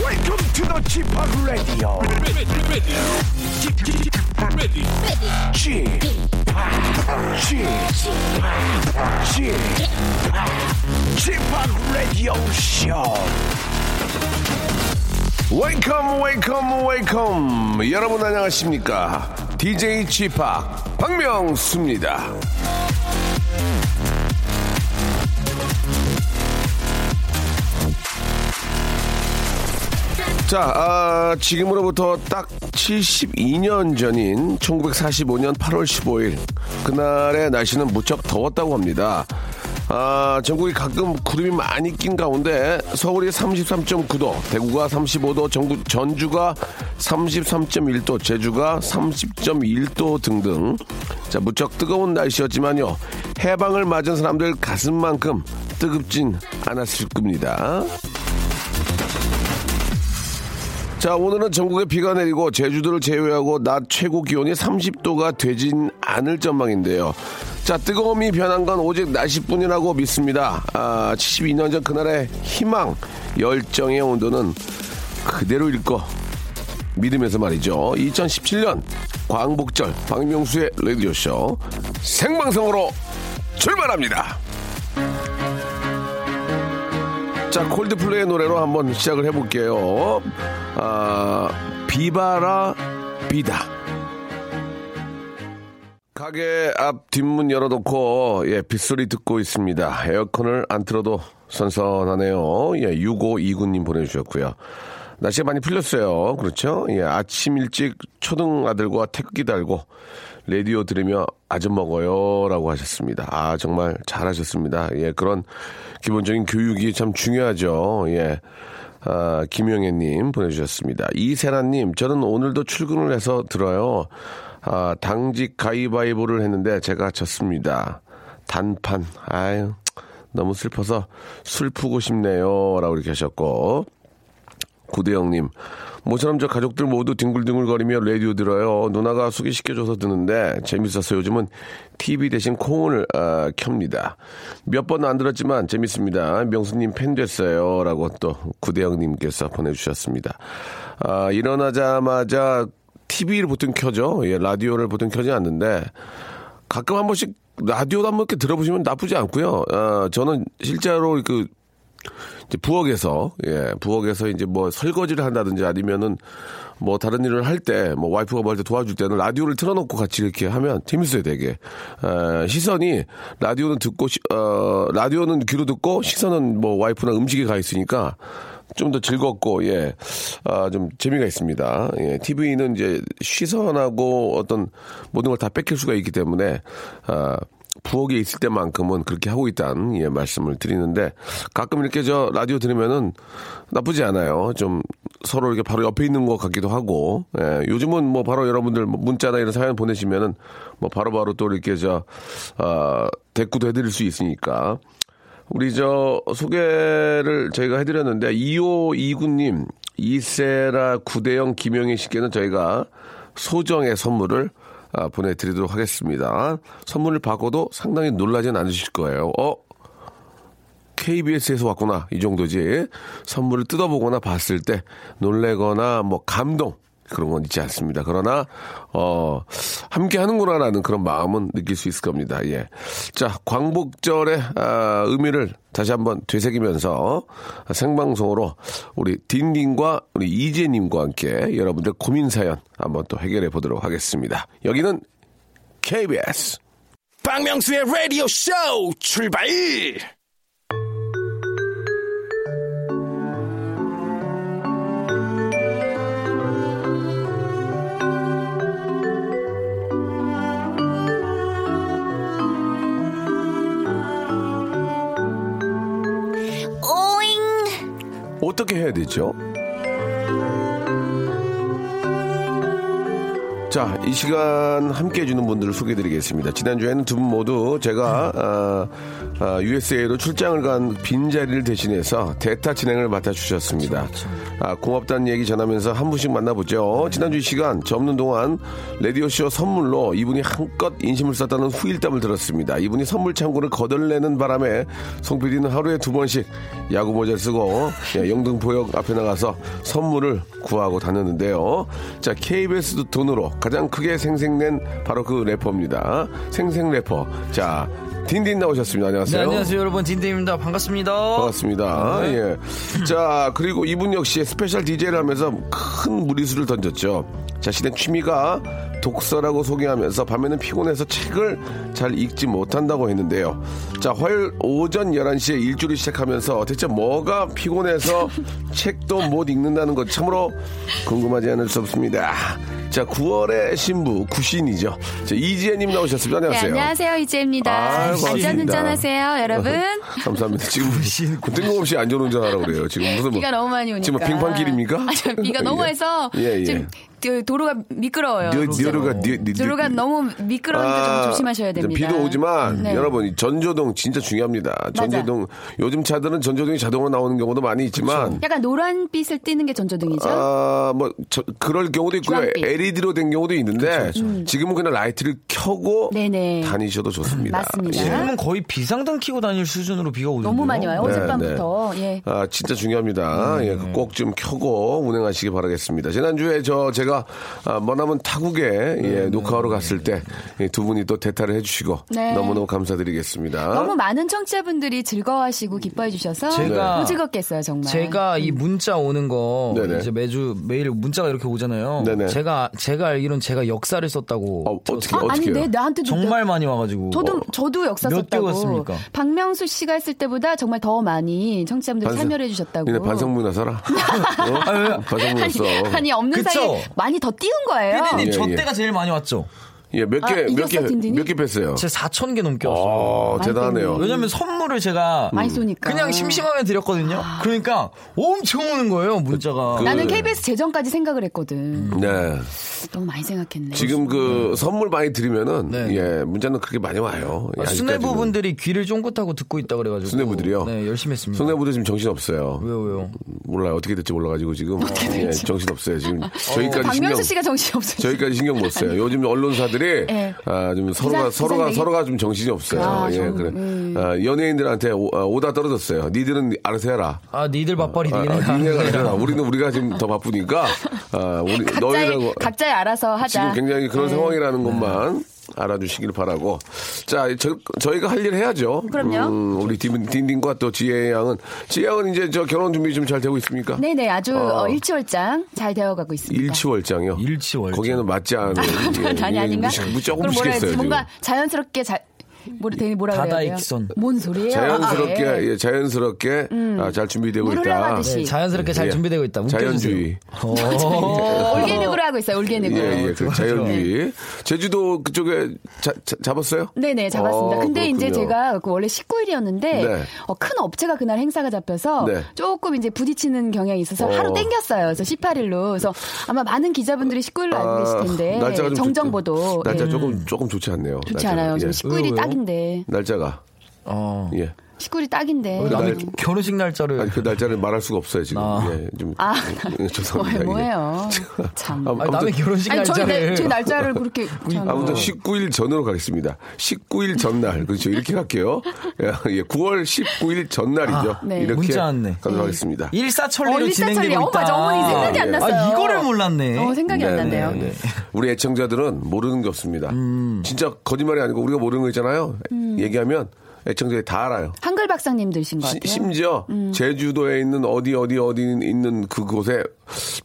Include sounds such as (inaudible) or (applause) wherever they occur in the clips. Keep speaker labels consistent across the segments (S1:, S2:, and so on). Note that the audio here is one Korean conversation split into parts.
S1: Welcome to the Chip Radio. Chip, Chip, Chip, Radio Show. Welcome, welcome, welcome. 여러분 안녕하십니까? DJ Chip 박명수입니다. 자, 아, 지금으로부터 딱 72년 전인 1945년 8월 15일 그날의 날씨는 무척 더웠다고 합니다. 아, 전국이 가끔 구름이 많이 낀 가운데 서울이 33.9도, 대구가 35도, 전국, 전주가 33.1도, 제주가 30.1도 등등. 자, 무척 뜨거운 날씨였지만요. 해방을 맞은 사람들 가슴만큼 뜨겁진 않았을 겁니다. 자, 오늘은 전국에 비가 내리고 제주도를 제외하고 낮 최고 기온이 30도가 되진 않을 전망인데요. 자, 뜨거움이 변한 건 오직 날씨뿐이라고 믿습니다. 아, 72년 전 그날의 희망, 열정의 온도는 그대로일 거 믿으면서 말이죠. 2017년 광복절 박명수의 라디오쇼 생방송으로 출발합니다. 자, 콜드플레이의 노래로 한번 시작을 해볼게요. 아, 비바라 비다. 가게 앞 뒷문 열어놓고 예 빗소리 듣고 있습니다. 에어컨을 안 틀어도 선선하네요. 예 6529님 보내주셨고요. 날씨가 많이 풀렸어요. 그렇죠? 예 아침 일찍 초등 아들과 태극기 달고 라디오 들으며 아점 먹어요라고 하셨습니다. 아 정말 잘하셨습니다. 예 그런 기본적인 교육이 참 중요하죠. 예. 아, 김영애님 보내주셨습니다. 이세라님, 저는 오늘도 출근을 해서 들어요. 아, 당직 가위바위보를 했는데 제가 졌습니다. 단판, 아유, 너무 슬퍼서 슬프고 싶네요. 라고 이렇게 하셨고. 구대영님, 모처럼 저 가족들 모두 뒹굴뒹굴거리며 라디오 들어요. 누나가 소개시켜줘서 듣는데 재밌었어요. 요즘은 TV 대신 콩을 아, 켭니다. 몇 번 안 들었지만 재밌습니다. 명수님 팬 됐어요. 라고 또 구대영님께서 보내주셨습니다. 아, 일어나자마자 TV를 보통 켜죠. 예, 라디오를 보통 켜지 않는데 가끔 한 번씩 라디오도 한번 이렇게 들어보시면 나쁘지 않고요. 아, 저는 실제로 그 이제 부엌에서 예 부엌에서 이제 뭐 설거지를 한다든지 아니면은 뭐 다른 일을 할 때 뭐 와이프가 뭐 할 때 도와줄 때는 라디오를 틀어놓고 같이 이렇게 하면 재밌어요 되게 에, 시선이 라디오는 듣고 시- 어, 라디오는 귀로 듣고 시선은 뭐 와이프나 음식에 가 있으니까 좀 더 즐겁고 예 아 좀 재미가 있습니다 예 TV는 이제 시선하고 어떤 모든 걸 다 뺏길 수가 있기 때문에 아 부엌에 있을 때만큼은 그렇게 하고 있다는 예, 말씀을 드리는데 가끔 이렇게 저 라디오 들으면은 나쁘지 않아요. 좀 서로 이렇게 바로 옆에 있는 것 같기도 하고 예, 요즘은 뭐 바로 여러분들 뭐 문자나 이런 사연 보내시면은 뭐 바로바로 또 이렇게 저 아, 대꾸도 해드릴 수 있으니까 우리 저 소개를 저희가 해드렸는데 2529님 이세라 구대영 김영희 씨께는 저희가 소정의 선물을 아, 보내드리도록 하겠습니다. 선물을 받고도 상당히 놀라진 않으실 거예요. 어? KBS에서 왔구나 이 정도지 선물을 뜯어보거나 봤을 때 놀래거나 뭐 감동 그런 건 있지 않습니다. 그러나 어 함께 하는구나라는 그런 마음은 느낄 수 있을 겁니다. 예, 자 광복절의 아, 의미를 다시 한번 되새기면서 생방송으로 우리 딘딘과 우리 이재님과 함께 여러분들 고민 사연 한번 또 해결해 보도록 하겠습니다. 여기는 KBS.
S2: 박명수의 라디오 쇼 출발!
S3: 오잉
S1: 어떻게 해야 되죠? 자, 이 시간 함께 해주는 분들을 소개해드리겠습니다. 지난주에는 두 분 모두 제가, 아, 아, USA로 출장을 간 빈자리를 대신해서 대타 진행을 맡아주셨습니다. 아, 고맙다는 얘기 전하면서 한 분씩 만나보죠. 지난주 이 시간 접는 동안 라디오쇼 선물로 이분이 한껏 인심을 썼다는 후일담을 들었습니다. 이분이 선물 창고를 거덜내는 바람에 송 PD는 하루에 두 번씩 야구 모자를 쓰고 예, 영등포역 앞에 나가서 선물을 구하고 다녔는데요. 자, KBS 돈으로 가장 크게 생생낸 바로 그 래퍼입니다. 생생 래퍼. 자, 딘딘 나오셨습니다.
S3: 네,
S1: 안녕하세요.
S3: 안녕하세요 여러분 딘딘입니다 반갑습니다
S1: 반갑습니다.
S4: 네.
S1: 예. 자, 그리고 이분 역시 스페셜 DJ를 하면서 큰 무리수를 던졌죠. 자신의 취미가 독서라고 소개하면서 밤에는 피곤해서 책을 잘 읽지 못한다고 했는데요. 자, 화요일 오전 11시에 일주를 시작하면서 대체 뭐가 피곤해서 (laughs) 책도 못 읽는다는 것 참으로 궁금하지 않을 수 없습니다. 자, 9월의 신부, 구신이죠. 자, 이지혜님 나오셨습니다.
S4: 네,
S1: 안녕하세요.
S4: 안녕하세요. 이지혜입니다. 네,
S1: 아유, 반갑습니다.
S4: 안전운전 하세요, 여러분.
S1: (laughs) 감사합니다.
S4: (laughs)
S1: 지금 뭐 뜬금없이 안전운전하라고 그래요. 지금 무슨 뭐-
S4: 비가 너무 많이 오니까.
S1: 지금 뭐 빙판길입니까?
S4: 아, 저 비가 너무
S1: (laughs) 예.
S4: 해서
S1: 예, 예.
S4: 지금 그 도로가 미끄러워요.
S1: 뉴-
S4: 진짜.
S1: 뉴르가 뉴- 뉴-
S4: 도로가 너무 미끄러우니까
S1: 아,
S4: 좀 조심하셔야
S1: 이제
S4: 됩니다.
S1: 비도 오지만
S4: 네.
S1: 여러분 전조등 진짜 중요합니다. 전조등 요즘 차들은 전조등이 자동으로 나오는 경우도 많이 있지만
S4: 약간 노란빛을 띠는 게 전조등이죠.
S1: 아뭐 그럴 경우도 있고요.
S4: 주황빛. 그렇죠,
S1: LED로 된 경우도 있는데 지금은 그냥 라이트를 켜고
S4: 네네.
S1: 다니셔도 좋습니다.
S4: 맞습니다.
S1: 예.
S3: 지금은 거의 비상등 키고 다닐 수준으로 비가 오는데요
S4: 너무 많이 와요.
S1: 네,
S4: 어젯밤부터. 예.
S1: 아, 진짜 중요합니다.
S4: 음.
S1: 예, 꼭 좀 켜고 운행하시기 바라겠습니다. 지난주에 저, 제가, 아, 머나먼 타국에, 예, 녹화하러 갔을 때, 예, 두 분이 또 대타를 해주시고,
S4: 음. 네.
S1: 너무너무 감사드리겠습니다.
S4: 너무 많은 청취자분들이 즐거워하시고 기뻐해 주셔서
S3: 제가-
S4: 무지겁겠어요, 정말.
S3: 제가 이 문자 오는 거
S1: 네. 네네.
S3: 이제 매주 매일 문자가 이렇게 오잖아요
S1: 네네.
S3: 제가 제가 알기론 제가 역사를 썼다고
S1: 어, 어떻게,
S4: 아,
S1: 어떻게.
S4: 아닌데
S1: 해요?
S4: 나한테도
S3: 정말 많이 와가지고 어,
S4: 저도 저도 역사
S3: 몇
S4: 썼다고.
S3: 개였습니까?
S4: 박명수 씨가 했을 때보다 정말 더 많이 청취자분들이
S1: 반성-
S4: 참여해 주셨다고. 아,
S1: 니네 반성문화
S4: (laughs)
S1: 사라. 어? 반성문화 써.
S4: 아니, 아니 없는
S3: 그쵸?
S4: 사이에 많이 더 띄운 거예요.
S3: 피디님
S1: 예,
S3: 저
S1: 예.
S3: 때가 제일 많이 왔죠
S1: 예, 몇
S4: 아,
S1: 개, 몇
S4: 이겼어,
S1: 개,
S4: 딘딘이?
S1: 몇개 뺐어요?
S3: 제 4천 개 넘게 왔어요
S1: 어,
S4: 많이
S1: 대단하네요.
S4: 뺐네.
S3: 왜냐면 선물을 제가
S4: 음. 많이 쏘니까. 아.
S3: 그냥 심심하게 드렸거든요 그러니까 엄청 오는 거예요 문자가
S1: 그-
S4: 나는 KBS 재정까지 생각을 했거든.
S1: 네.
S4: 너무 많이 생각했네.
S1: 지금 그 선물 많이 드리면은,
S3: 네.
S1: 예, 문자는 그렇게 많이 와요. 예, 아직까지는.
S3: 수뇌부분들이 귀를 쫑긋하고 듣고 있다 그래가지고
S1: 수뇌부들이요?
S3: 네 열심히 했습니다
S1: 손해보도 지금 정신 없어요.
S3: 왜요 왜요
S1: 몰라요. 어떻게 될지 몰라가지고
S4: (laughs)
S1: 지금 예, 정신 없어요. 지금 저희까지 신경
S4: 박명수 씨가 정신 없어요.
S1: 그러니까 저희까지 신경 못 써요. 요즘 언론사들이
S4: 예.
S1: 아, 좀 서로가
S4: 기사-
S1: 서로가
S4: 기사들이-
S1: 서로가 좀 정신이 없어요.
S4: 아,
S1: 예,
S4: 좀,
S1: 그래. 아, 연예인들한테 오, 다 떨어졌어요. 니들은 알아서 해라.
S3: 아 니들 밥벌이
S1: 아,
S3: 되긴
S1: 아, 니네가
S3: 해라.
S1: 해라. 우리는 우리가 지금 더 바쁘니까 아, 우리
S4: 각자의,
S1: 너희라고
S4: 각자의 알아서 하자.
S1: 지금 굉장히 그런
S4: 네.
S1: 상황이라는 것만 알아주시길 바라고. 자, 저, 저희가 할 일 해야죠.
S4: 그럼요.
S1: 음, 우리 딘- 딘딘과 또 지혜 양은 지혜 양은 이제 저 결혼 준비 좀 잘 되고 있습니까?
S4: 네네 아주
S1: 어.
S4: 어, 일치월장 잘 되어가고 있습니다.
S1: 일치월장이요.
S3: 일치월장.
S1: 거기에는 맞지 않은.
S4: (laughs) 아니 아닌가?
S1: 조금
S4: 그럼 뭐라 해야
S1: 무식했어요.
S4: 되지? 뭔가
S1: 지금.
S4: 자연스럽게 잘 뭐라 되니 뭐라 그래야 돼요?
S3: 다다익선.
S4: 뭔 소리예요?
S1: 자연스럽게
S4: 아, 예. 음.
S1: 예, 자연스럽게 아, 잘 준비되고
S4: 물
S1: 있다.
S4: 흘러가듯이.
S3: 네, 자연스럽게 잘
S1: 예.
S3: 준비되고 있다. 어.
S1: 자연주의. (laughs)
S3: 웃겨주세요.
S4: 올게닉으로 하고 있어요. 올게닉으로.
S1: 예, 예, 그 자연주의. 제주도 그쪽에 자- 자- 잡았어요?
S4: 네. 네네 잡았습니다.
S1: 어,
S4: 근데 이제
S1: 그렇군요.
S4: 제가 그 원래 19일이었는데 어,
S1: 네.
S4: 큰 업체가 그날 행사가 잡혀서
S1: 네.
S4: 조금 이제 부딪히는 경향이 있어서
S1: 어.
S4: 하루 땡겼어요. 그래서 18일로 그래서 아마 많은 기자분들이 19일로 아, 알고 계실 텐데
S1: 아, 날짜가 좀
S4: 정정보도
S1: 좋, 날짜
S4: 예.
S1: 조금 조금 좋지 않네요.
S4: 좋지
S1: 날짜가.
S4: 않아요.
S1: 예.
S4: 지금 19일이
S3: 왜요, 왜요?
S4: 딱인데
S1: 날짜가
S3: 어.
S1: 예.
S4: 19일이 딱인데
S3: 어, 나는
S1: 그 날-
S3: 결혼식 날짜를
S1: 아니 그 날짜를 말할 수가 없어요 지금.
S3: 아.
S1: 예, 좀
S4: 아,
S1: 예, 죄송합니다.
S4: 뭐예요,
S1: 이게.
S4: 뭐예요?
S1: 아무-
S4: 참.
S3: 아니, 남의
S1: 아무튼-
S3: 결혼식
S4: 아니 저희,
S3: 날짜를
S4: 날- 저희 날짜를 그렇게 참.
S1: 아무튼 19일 전으로 가겠습니다. 19일 전날 그렇죠 이렇게 갈게요. 예, 예, 9월 19일 전날이죠.
S4: 네.
S1: 이렇게
S3: 문자 안내.
S1: 가도록 하겠습니다.
S3: 일사천리로
S4: 어, 일사천리.
S3: 진행되고
S4: 어,
S3: 있다.
S4: 맞아. 어머니 생각이
S1: 안
S3: 아
S4: 났어요.
S3: 이거를 몰랐네.
S4: 어, 생각이 안 난대요.
S1: 네, 네. 우리 애청자들은 모르는 게 없습니다.
S3: 음.
S1: 진짜 거짓말이 아니고 우리가 모르는 거 있잖아요.
S4: 음.
S1: 얘기하면 애청자들이 다 알아요.
S4: 한글 박사님 들신 것
S1: 시-
S4: 같아요. 음.
S1: 심지어 제주도에 있는 어디 어디 어디 있는 그곳에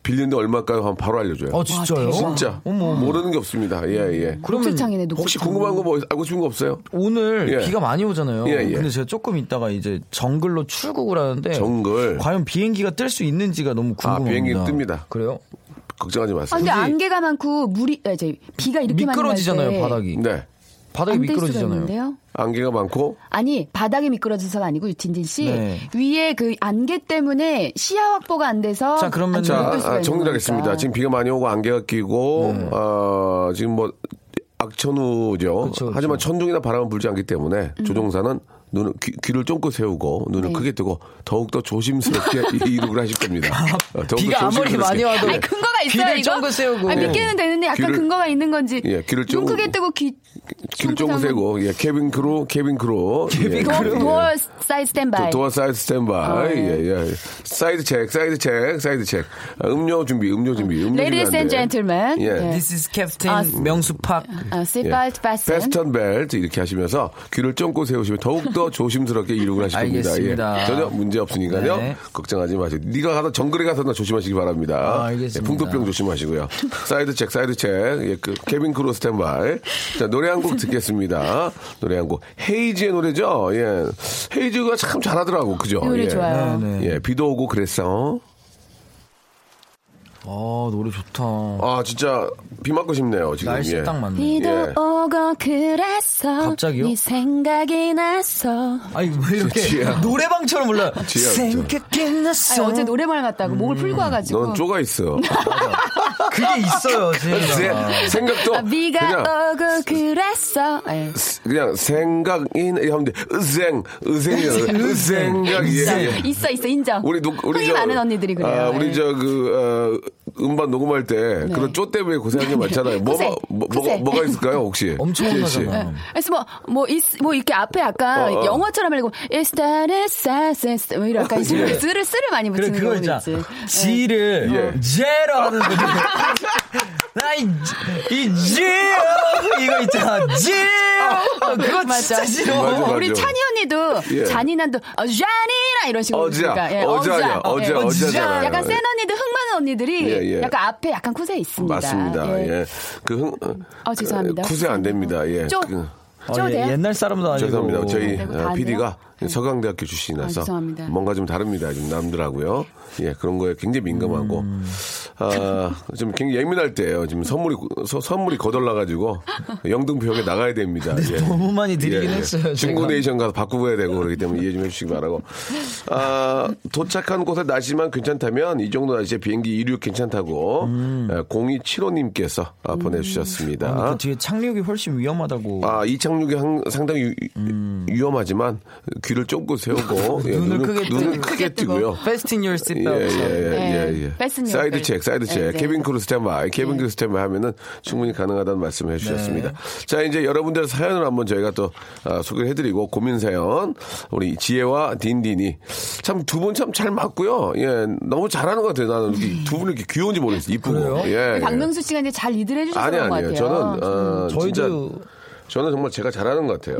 S1: 빌린데 얼마일까요? 한 바로 알려줘요.
S3: 어 진짜요?
S4: 와, 대박.
S1: 진짜
S3: 어머. 음.
S1: 모르는 게 없습니다. 예 예.
S4: 녹색창이네, 녹색창.
S1: 혹시 궁금한 거 뭐 알고 싶은 거 없어요?
S3: 오늘
S1: 예.
S3: 비가 많이 오잖아요.
S1: 예, 예.
S3: 근데 제가 조금 있다가 이제 정글로 출국을 하는데
S1: 정글.
S3: 과연 비행기가 뜰 수 있는지가 너무
S1: 아,
S3: 궁금합니다.
S1: 비행기 뜹니다.
S3: 그래요?
S1: 걱정하지 마세요.
S4: 아, 근데
S3: 굳이-
S4: 안개가 많고 물이 아, 이제 비가 이렇게 많이 날 때.
S3: 미끄러지잖아요 바닥이.
S1: 네.
S3: 바닥이
S4: 안 뗄 수가
S3: 미끄러지잖아요.
S4: 있는데요?
S1: 안개가 많고
S4: 아니 바닥에 미끄러져서가 아니고 유틴진 씨
S3: 네.
S4: 위에 그 안개 때문에 시야 확보가 안 돼서
S3: 자, 그러면
S4: 안쪽에
S1: 자
S3: 자,
S4: 뚫릴 수가
S1: 아,
S4: 네, 있는 거니까.
S1: 정리하겠습니다. 지금 비가 많이 오고 안개가 끼고
S3: 네.
S1: 어, 지금 뭐 악천후죠.
S3: 그쵸.
S1: 하지만 천둥이나 바람은 불지 않기 때문에
S4: 음.
S1: 조종사는 눈을 귀, 귀를 쫑긋 세우고
S4: 네.
S1: 눈을 크게 뜨고 더욱 더 조심스럽게 (laughs) 이 이륙을 하실 겁니다.
S3: (laughs)
S1: 어, 더욱더
S3: 비가 아무리
S1: 조심스럽게.
S3: 많이 와도
S1: 예.
S4: 근거가 있어요
S3: 귀를
S4: 이거?
S3: 쫑긋 세우고.
S4: 아, 믿기는 되는데 약간
S1: 귀를-
S4: 근거가 있는 건지
S1: 예, 귀를 쫑-
S4: 눈 크게 뜨고 귀
S1: 귀를 쫑긋 세우고 예, 케빈 크루, 케빈 크루, 예, 케빈
S4: 도어, 도어 사이드 아, 스탠바이
S1: 도어 사이드 스탠바이. 예, 예. 사이드 체크, 사이드 체크, 사이드 체크. 아, 음료 준비, 음료 준비. 음료
S4: Ladies
S1: 준비 안 돼.
S4: and gentlemen
S1: 예.
S4: 예.
S3: This is Captain
S4: 아,
S1: 음.
S3: 명수팍.
S4: 아, seatbelt fasten
S1: 패스턴 벨트 예. 이렇게 하시면서 귀를 쫑고 세우시면 더욱더 조심스럽게 이륙을 하실 겁니다.
S3: 알겠습니다.
S1: 예. 전혀 문제 없으니까요.
S3: 네.
S1: 걱정하지 마세요. 네가 가서 정글에 가서나 조심하시기 바랍니다.
S3: 아, 알겠습니다.
S1: 예, 풍토병 조심하시고요. 사이드 책, 사이드 책. 예, 그 케빈 크루 스탠바이. 자, 노래 한 곡 듣겠습니다. 노래 한 곡. 헤이즈의 노래죠. 예. 헤이즈가 참 잘하더라고. 그죠?
S4: 이 노래
S1: 예.
S4: 좋아요
S3: 네.
S1: 예, 비도 오고 그랬어.
S3: 아, 노래 좋다.
S1: 아, 진짜 비 맞고 싶네요. 지금.
S3: 날씨
S1: 예.
S3: 딱 맞네.
S4: 비도
S1: 예.
S4: 오고 그랬어
S3: 갑자기요?
S4: 네 생각이 났어
S3: 아니, 왜 이렇게
S1: 지혜야.
S3: 노래방처럼 불러요?
S1: (laughs) 지혜야,
S4: 아니,
S3: 생각했어.
S4: 어제 노래방 갔다고 목을 풀고 와가지고
S1: 음, 넌 쪼가 있어.
S3: 아,
S1: (laughs)
S3: 그게 있어요,
S1: 세-
S3: 지혜가.
S1: 생각도
S4: 아, 비가
S1: 그냥
S4: 오고 그랬어 예.
S1: 그냥 생각인 하면 돼. 으생, 으생이잖아. 으생각, 예, 예.
S4: 있어 있어 인정.
S1: 우리 녹, 우리
S4: 흥이
S1: 저,
S4: 많은 언니들이 그래요.
S1: 아, 우리
S4: 예. 네.
S1: 저 그 어, 음반 녹음할 때 그런 쪼 때문에 고생한 게 많잖아요. 뭐가
S4: 구세,
S1: 뭐,
S4: 구세.
S1: 뭐, 가 있을까요 혹시?
S3: (laughs) 엄청
S1: 지혜 씨.
S3: 혼나잖아.
S4: 그래서 뭐뭐 뭐 이렇게 앞에 약간
S1: 어, 어.
S4: 영어처럼 읽고 is that is that is 뭐 이런
S1: (laughs)
S4: 약간
S1: 예.
S4: 쓰를 쓰를 쓰를 많이
S3: 그래,
S4: 붙이는
S3: 그거
S4: 경우도 있지.
S3: 있잖아.
S4: 예.
S3: 지를
S1: 예.
S3: 제로
S1: (laughs)
S3: 하는 거지. 나이 이 지요 이거 있잖아. 지요 어, 그거 진짜
S4: 맞아.
S1: 맞아, 맞아.
S3: 싫어.
S4: 우리 찬이 언니도
S1: 예.
S4: 잔인한도 어, 잔이나 이런 식으로
S1: 어지야,
S4: 부르니까. 예,
S1: 어지 아니야,
S4: 어,
S1: 어지,
S4: 예.
S1: 어지잖아요.
S4: 약간 센 언니들 흥 많은 언니들이
S1: 예, 예.
S4: 약간 앞에 약간 쿠세 있습니다.
S1: 맞습니다. 예, 그 흥,
S4: 아, 죄송합니다.
S1: 구세 안 됩니다. 예,
S4: 쪼.
S1: 그-
S4: 쪼
S3: 예,
S4: 돼요?
S3: 옛날 사람도 아니고.
S1: 죄송합니다. 저희
S4: 되고 네, 다
S1: 어, PD가 서강대학교
S4: 아,
S1: 출신이라서
S4: 죄송합니다. 네.
S1: 뭔가 좀 다릅니다. 좀 남들하고요. 예, 그런 거에 굉장히 민감하고
S3: 음.
S1: 아, 좀 굉장히 예민할 때예요. 지금 선물이 서- 선물이 거덜나 가지고 영등포역에 나가야 됩니다. 예.
S3: 네, 너무 많이 드리긴
S1: 예, 예.
S3: 했어요. 제가.
S1: 친구네이션 가서 바꾸고 해야 되고 그렇기 때문에 이해 좀 해주시기 바라고. 아, 도착한 곳의 날씨만 괜찮다면 이 정도 날씨에 비행기 이륙 괜찮다고
S3: 음.
S1: 0275님께서 아, 보내주셨습니다.
S3: 그 뒤에 착륙이 훨씬 위험하다고.
S1: 아 이착륙이 항- 상당히 유- 위험하지만 귀를 쫑긋
S3: (laughs)
S1: 세우고 예,
S3: 음. 눈을 크게 뜨고. 그렇죠.
S1: 눈을 크게 뜨고요. 예,
S3: Fasten your seatbelt.
S1: 예예예
S4: 예, 패스는
S1: 사이드
S4: 어때요?
S1: 체크, 사이드
S4: 예,
S1: 체크.
S4: 네.
S1: 케빈 크루 스탠바이, 케빈 크루 스탠바이 하면은 충분히 가능하다는 말씀을 해주셨습니다.
S3: 네.
S1: 자, 이제 여러분들 사연을 한번 저희가 또 아, 소개를 해드리고 고민 사연 우리 지혜와 딘딘이 참 두 분 참 잘 맞고요. 예, 너무 잘하는 것 같아요. 나는 이렇게 두 분이 이렇게 귀여운지 모르겠어요. 이쁘고. 예, 예.
S4: 박명수 씨가 이제 잘 리드를 해주셔서
S1: 아니
S4: 그런 것
S1: 아니에요.
S4: 같아요. 음.
S1: 저는 어, 진짜
S3: 저희도
S1: 저는 정말 제가 잘하는 것
S4: (laughs)
S1: 같아요.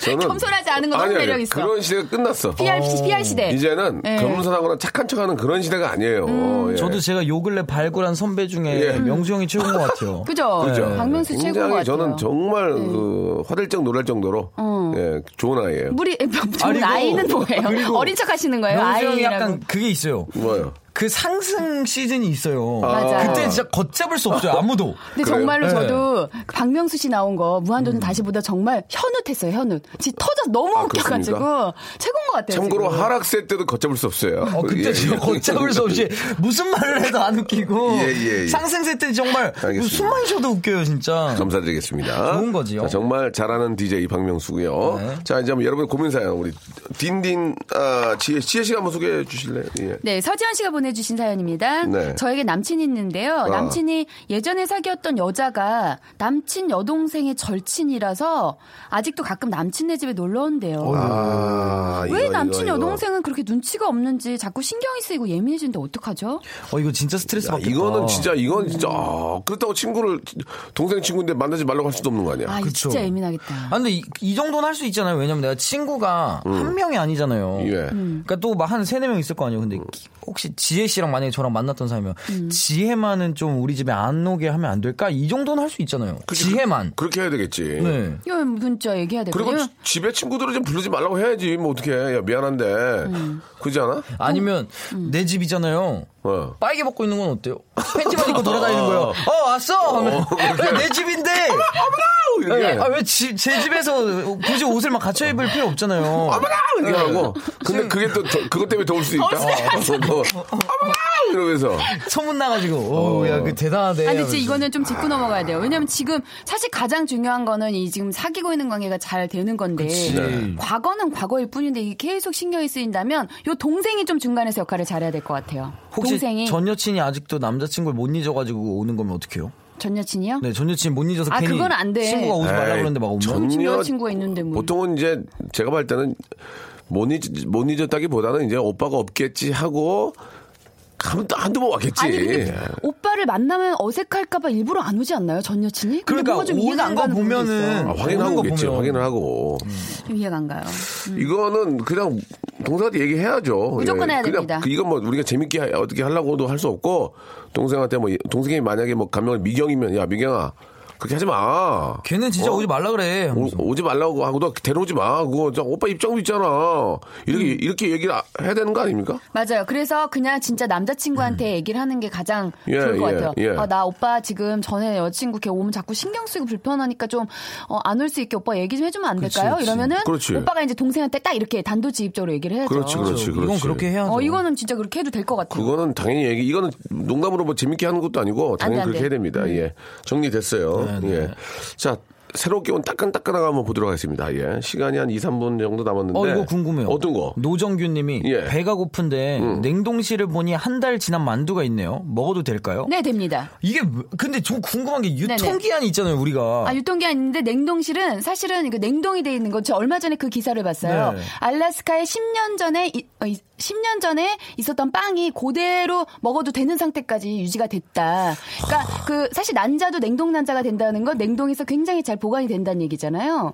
S1: 저는
S4: 겸손하지 않은 거 너무
S1: 아니, 아니,
S4: 매력 있어.
S1: 그런 시대가 끝났어.
S4: PR, PR 시대.
S1: 이제는
S4: 예.
S1: 겸손하거나 착한 척하는 그런 시대가 아니에요.
S4: 음.
S1: 예.
S3: 저도 제가 요 근래 발굴한 선배 중에
S1: 예.
S3: 명수 형이 최고인 것
S4: (laughs)
S3: 같아요.
S4: 그죠?
S1: 그죠?
S4: 박명수 최고인 것
S1: 예. 굉장히
S4: 같아요. 네.
S1: 저는 정말 그 화들짝 놀랄 정도로
S4: 어.
S1: 예, 좋은 아이예요.
S4: 물이 (laughs) 좋은
S3: 아니고,
S4: 아이는 뭐예요?
S3: 그리고
S4: 어린 척 하시는 거예요?
S3: 명수 형이
S4: 아이라고.
S3: 약간 그게 있어요.
S1: 뭐요?
S3: 그 상승 시즌이 있어요.
S4: 맞아요.
S3: 그때 진짜 걷잡을 수 없어요. 아무도.
S4: 근데
S1: 그래요? 음.
S4: 정말로
S3: 네.
S4: 저도 그 박명수 씨 나온 거 무한도전 다시 보다 정말 현웃했어요. 현웃. 지 터져 너무
S1: 아,
S4: 웃겨가지고
S1: 그렇습니까?
S4: 최고인 것 같아요.
S1: 참고로
S4: 지금.
S1: 하락세 때도 걷잡을 수 없어요.
S3: 어, 그때
S1: 예,
S3: 진짜
S1: 예.
S3: 걷잡을 수 없이 무슨 말을 해도 안 웃기고
S1: 예, 예, 예.
S3: 상승세 때 정말
S1: 알겠습니다.
S3: 숨만 쉬어도 웃겨요 진짜.
S1: (laughs) 감사드리겠습니다.
S3: 좋은 네. 거지요.
S1: 자, 정말 잘하는 DJ 박명수고요. 자, 이제 한번 여러분 고민 사연 우리 딘딘 아, 지혜 지혜 씨가 한번 소개해 주실래요? 예.
S4: 네, 서지현 씨가 보내주신 사연입니다.
S1: 네. 아.
S4: 저에게 남친이 있는데요. 남친이 예전에 사귀었던 여자가 남친 여동생의 절친이라서 아직도 가끔 남친네 집에 놀러 온대요.
S1: 아,
S4: 왜
S1: 이거,
S4: 남친
S1: 이거, 이거.
S4: 여동생은 그렇게 눈치가 없는지 자꾸 신경이 쓰이고 예민해지는데 어떡하죠?
S3: 어 이거 진짜 스트레스
S1: 야,
S3: 받겠다.
S1: 아, 이거는 진짜 이건 진짜 아, 그렇다고 친구를 동생 친구인데 만나지 말라고 할 수도 없는 거 아니야?
S4: 아, 이거 진짜 예민하겠다.
S3: 아, 근데 이, 이 정도는 할 수 있잖아요. 왜냐면 내가 친구가 한 명이 아니잖아요.
S1: 음. 예.
S4: 음.
S3: 그러니까 또 막 한 세네 명 있을 거 아니에요. 근데
S1: 음.
S3: 기- 혹시 지혜 씨랑 만약에 저랑 만났던 사이면
S4: 음.
S3: 지혜만은 좀 우리 집에 안 오게 하면 안 될까? 이 정도는 할 수 있잖아요. 지혜만.
S1: 그렇게 해야 되겠지.
S3: 네.
S4: 이거 문자 얘기해야
S1: 그리고
S4: 되거든요.
S1: 지- 집에 친구들을 좀 부르지
S4: 음.
S1: 말라고 해야지. 뭐 어떻게 해? 야 미안한데 그러지 않아?
S3: 아니면 내 집이잖아요.
S1: 어.
S3: 빨개 벗고 있는 건 어때요?
S1: (laughs)
S3: 팬티만 입고 돌아다니는 거예요. 어 왔어. 하면 야, 내
S1: (laughs)
S3: 집인데.
S1: 어,
S3: 네.
S1: 이렇게.
S3: 아왜 제 집에서 굳이 옷을 막 갖춰 입을 필요
S1: (laughs)
S3: 없잖아요.
S1: 이렇게 하고. 근데 그게 또 더- 그것 때문에 더울 수도
S4: 네.
S1: 있다. 어, 어, 어. 어머나 이러면서
S3: 소문
S1: 어.
S3: 나가지고 어, 오야그 대단하대.
S4: 아니,
S3: 하면서.
S4: 진짜 이거는 좀 짚고 넘어가야 돼요. 왜냐면 지금 사실 가장 중요한 거는 이 지금 사귀고 있는 관계가 잘 되는 건데
S3: 네.
S4: 과거는 과거일 뿐인데 이게 계속 신경이 쓰인다면 요 동생이 좀 중간에서 역할을 잘해야 될 것 같아요.
S3: 혹시
S4: 동생이 전,
S3: 전 여친이 아직도 남자친구를 못 잊어가지고 오는 거면 어떡해요?
S4: 여친이요?
S3: 네, 전 여친 못 잊어서
S4: 아,
S3: 괜히
S4: 그건 안 돼.
S3: 친구가 오지 말라
S1: 에이,
S3: 그러는데 막 오면
S1: 전-
S4: 지금
S1: 여-
S4: 여자친구가 있는데 뭐.
S1: 보통은 이제 제가 볼 때는 못, 잊, 못 잊었다기보다는 이제 오빠가 없겠지 하고 가면 또 한두 번 왔겠지.
S4: 아니 근데 오빠를 만나면 어색할까봐 일부러 안 오지 않나요 전 여친이? 근데
S3: 그러니까
S4: 뭔가 좀 이해가 안
S3: 오는 거
S4: 가는 부분도
S3: 보면은
S4: 있어요.
S1: 아,
S3: 오는
S1: 확인하고
S3: 거
S1: 오겠지.
S3: 보면. 음.
S1: 확인을 하고.
S4: 좀 이해가 안 가요.
S1: 이거는 그냥 동생한테 얘기해야죠.
S4: 무조건 해야
S1: 그냥
S4: 됩니다.
S1: 그 이건 뭐 우리가 재밌게 하- 어떻게 하려고도 할 수 없고 동생한테 뭐 이- 동생이 만약에 뭐 가면 미경이면 야 미경아 그렇게 하지 마.
S3: 걔는 진짜
S1: 어?
S3: 오지 말라 그래. 뭐 하면서.
S1: 오, 지 말라고 하고 너 데려오지 마. 그거 저 오빠 입장도 있잖아.
S3: 음.
S1: 이렇게 이렇게 얘기를 아- 해야 되는 거 아닙니까?
S4: 맞아요. 그래서 그냥 진짜 남자친구한테 얘기를 하는 게 가장
S1: 음. 예,
S4: 좋을 것
S1: 예,
S4: 같아요.
S1: 예.
S4: 아, 나 오빠 지금 전에 여자친구 걔 오면 자꾸 신경 쓰이고 불편하니까 좀 어, 안 올 수 있게 오빠 얘기 좀 해주면 안 될까요?
S3: 그렇지.
S4: 이러면은
S1: 그렇지.
S4: 오빠가 이제 동생한테 딱 이렇게 단도직입적으로 얘기를 해야죠.
S1: 그렇지, 그렇지, 그렇지.
S3: 이건 그렇게 해야죠.
S4: 어, 이거는 진짜 그렇게 해도 될 것 같아요.
S1: 그거는 당연히 얘기, 이거는 농담으로 뭐 재밌게 하는 것도 아니고 당연히
S4: 안 돼, 음.
S1: 그렇게
S4: 안
S1: 해야 됩니다. 예. 정리됐어요.
S3: 네,
S1: 예. 자, 새롭게 온 따끈따끈하게 한번 보도록 하겠습니다. 예. 시간이 한 2, 3분 정도 남았는데.
S3: 어, 이거 궁금해요.
S1: 네. 어떤 거?
S3: 노정규님이
S1: 예. 음.
S3: 배가 고픈데 냉동실을 보니 한 달 지난 만두가 있네요. 먹어도 될까요?
S4: 네, 됩니다.
S3: 이게 뭐- 근데 저 궁금한 게
S4: 네.
S3: 유통기한이 있잖아요, 우리가.
S4: 아, 유통기한인데 냉동실은 사실은 이거 냉동이 돼 있는 거. 저 얼마 전에 그 기사를 봤어요.
S3: 네.
S4: 알라스카에 10년 전에 이- 어, 이- 10년 전에 있었던 빵이 그대로 먹어도 되는 상태까지 유지가 됐다. 그러니까 그 사실 난자도 냉동 난자가 된다는 건 냉동에서 굉장히 잘 보관이 된다는 얘기잖아요.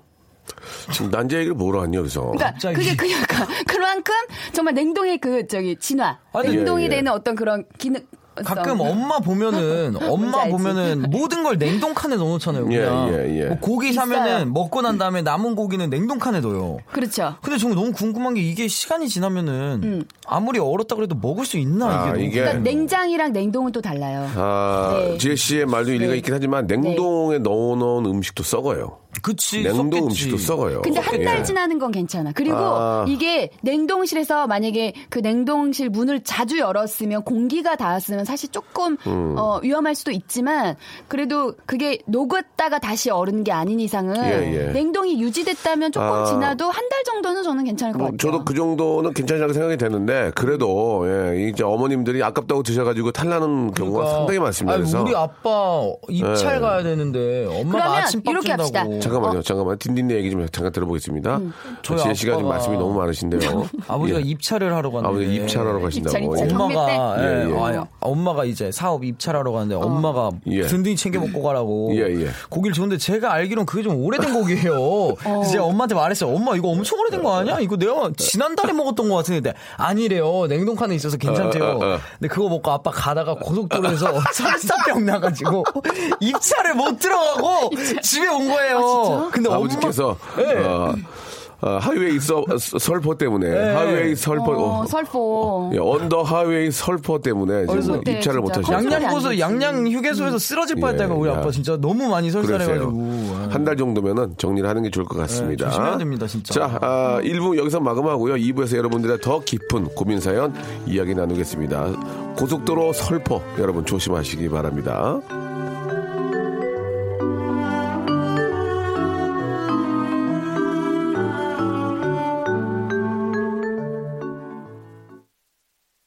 S1: 지금 난제 얘기를 뭐로 하냐, 그래서.
S4: 그러니까
S3: 갑자기.
S4: 그게 (laughs) 그러니까 그만큼 정말 냉동의 그 저기 진화,
S3: 아니, 네,
S4: 냉동이
S1: 예, 예.
S4: 되는 어떤 그런 기능
S3: 가끔
S4: (laughs)
S3: 엄마 보면은 엄마
S4: 알지?
S3: 보면은 모든 걸 냉동칸에 넣어놓잖아요.
S1: (laughs) 예,
S3: 그냥
S1: 예, 예.
S3: 뭐 고기
S4: 비싸요.
S3: 사면은 먹고 난 다음에 남은 고기는 냉동칸에 넣어요.
S4: 그렇죠.
S3: 근데 저는 너무 궁금한 게 이게 시간이 지나면은
S4: 음.
S3: 아무리 얼었다 그래도 먹을 수 있나
S1: 아,
S3: 이게,
S1: 이게-
S3: 너무
S4: 그러니까 냉장이랑 냉동은 또 달라요.
S1: 아,
S4: 네.
S1: 지혜 씨의 말도 일리가 있긴 하지만 냉동에 넣어놓은 음식도 썩어요.
S3: 그치
S1: 냉동
S3: 네, 썩겠지.
S1: 음식도 썩어요.
S4: 근데 한 달
S1: 예.
S4: 지나는 건 괜찮아. 그리고
S1: 아.
S4: 이게 냉동실에서 만약에 그 냉동실 문을 자주 열었으면 공기가 닿았으면 사실 조금
S1: 음.
S4: 어, 위험할 수도 있지만 그래도 그게 녹았다가 다시 얼은 게 아닌 이상은
S1: 예, 예.
S4: 냉동이 유지됐다면 조금
S1: 아.
S4: 지나도 한 달 정도는 저는 괜찮을 것
S1: 뭐
S4: 같아요.
S1: 저도 그 정도는 괜찮다고 생각이 되는데 그래도 예, 이제 어머님들이 아깝다고 드셔가지고 탈나는 경우가
S3: 그러니까,
S1: 상당히 많습니다.
S3: 아니,
S1: 그래서
S3: 우리 아빠 입찰
S1: 예.
S3: 가야 되는데 엄마가
S4: 그러면
S3: 아침밥
S4: 이렇게
S3: 준다고.
S4: 합시다.
S1: 잠깐만요, 잠깐만 딘딘네 얘기 좀 잠깐 들어보겠습니다.
S3: 예. 저희
S1: 지혜 씨가 지금
S3: 아빠가-
S1: 말씀이 너무 많으신데요.
S3: 어. 아버지가 네.
S1: 예.
S3: 입찰을 하러 갔는데
S1: 아버지가 입찰하러
S4: 입찰,
S1: 가신다고.
S4: 입찰.
S1: 예.
S3: 어, 엄마가
S1: 때?
S3: 예,
S1: 예, 예.
S3: 아, 엄마가 이제 사업 입찰하러 가는데 엄마가
S1: 예.
S3: 든든히 챙겨 먹고 가라고
S1: 예, 예.
S3: 고기를 줬는데 제가 알기론 그게
S1: (laughs)
S3: 좀 오래된 고기예요. 이제 엄마한테 말했어요. 엄마 이거 엄청 오래된 거 아니야? 이거 내가 지난달에 먹었던 거 같은데 아니래요. 냉동칸에 있어서 괜찮대요.
S1: 어, 어, 어.
S3: 근데 그거 먹고 아빠 가다가 고속도로에서
S1: (laughs)
S3: 설사병 나가지고 입찰을 못 들어가고 집에 온 거예요. 근데
S1: 아버지께서
S3: 예.
S1: 어, 어, 하이웨이 서, 서- 설포 때문에
S3: 예.
S1: 하이웨이 설포
S4: 어,
S1: 어,
S4: 설포.
S1: 예, 언더 하이웨이 설포 때문에
S3: 그래서
S1: 지금
S4: 그때
S1: 입찰을 못 하셨어요.
S4: 진짜 양양
S3: 양양
S4: 안
S3: 고서
S4: 되지.
S3: 양양 휴게소에서 쓰러질 뻔했다가
S1: 예,
S3: 우리
S1: 야.
S3: 아빠 진짜 너무 많이 설사해가지고
S1: 그러세요. 한 달 정도면은 정리를 하는 게 좋을 것 같습니다.
S3: 예, 조심해야 됩니다, 진짜.
S1: 자, 아, 1부 여기서 마감하고요. 2부에서 여러분들의 더 깊은 고민 사연 이야기 나누겠습니다. 고속도로 설포 여러분 조심하시기 바랍니다.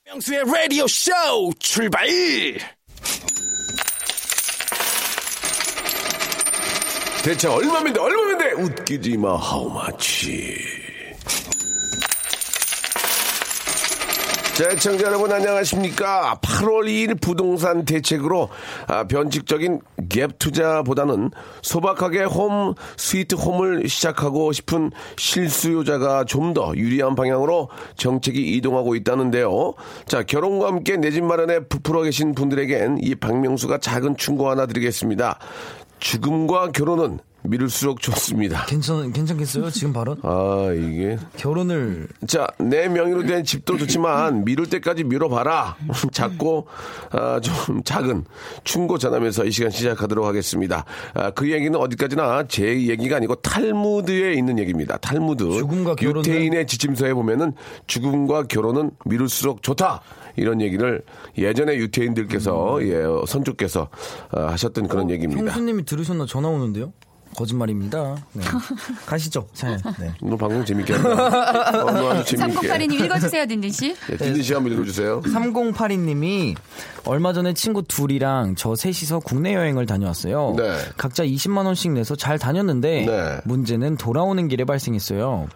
S2: 명수의 라디오 쇼 출발!
S1: 대체 얼마면 돼? 얼마면 돼? 웃기지 마. How much? 자, 청자 여러분 안녕하십니까? 8월 2일 부동산 대책으로 아, 변칙적인 갭 투자보다는 소박하게 홈 스위트 홈을 시작하고 싶은 실수요자가 좀 더 유리한 방향으로 정책이 이동하고 있다는데요. 자, 결혼과 함께 내 집 마련에 부풀어 계신 분들에겐 이 박명수가 작은 충고 하나 드리겠습니다. 죽음과 결혼은 미룰수록 좋습니다.
S3: 괜찮 괜찮겠어요? 지금 바로
S1: 아 이게
S3: 결혼을
S1: 자 내 명의로 된 집도 좋지만 미룰 때까지 미뤄봐라. (laughs) 작고 아, 좀 작은 충고 전하면서 이 시간 시작하도록 하겠습니다. 아, 그 얘기는 어디까지나 제 얘기가 아니고 탈무드에 있는 얘기입니다. 탈무드
S3: 죽음과 결혼은-
S1: 유태인의 지침서에 보면은 죽음과 결혼은 미룰수록 좋다. 이런 얘기를 예전에 유태인들께서
S3: 음.
S1: 예, 선조께서 아, 하셨던 그런
S3: 어,
S1: 얘기입니다.
S3: 형수님이 들으셨나 전화 오는데요? 거짓말입니다. 네. 가시죠. 사연. 네.
S1: 오늘 방송 재밌게
S3: (laughs)
S1: 한다. 오늘 아주 재밌게.
S5: 3082님 읽어주세요, 딘딘 씨.
S1: 예, 딘딘 씨 한번 읽어주세요.
S3: 3082님이 얼마 전에 친구 둘이랑 저 셋이서 국내 여행을 다녀왔어요.
S1: 네.
S3: 각자 20만 원씩 내서 잘 다녔는데
S1: 네.
S3: 문제는 돌아오는 길에 발생했어요.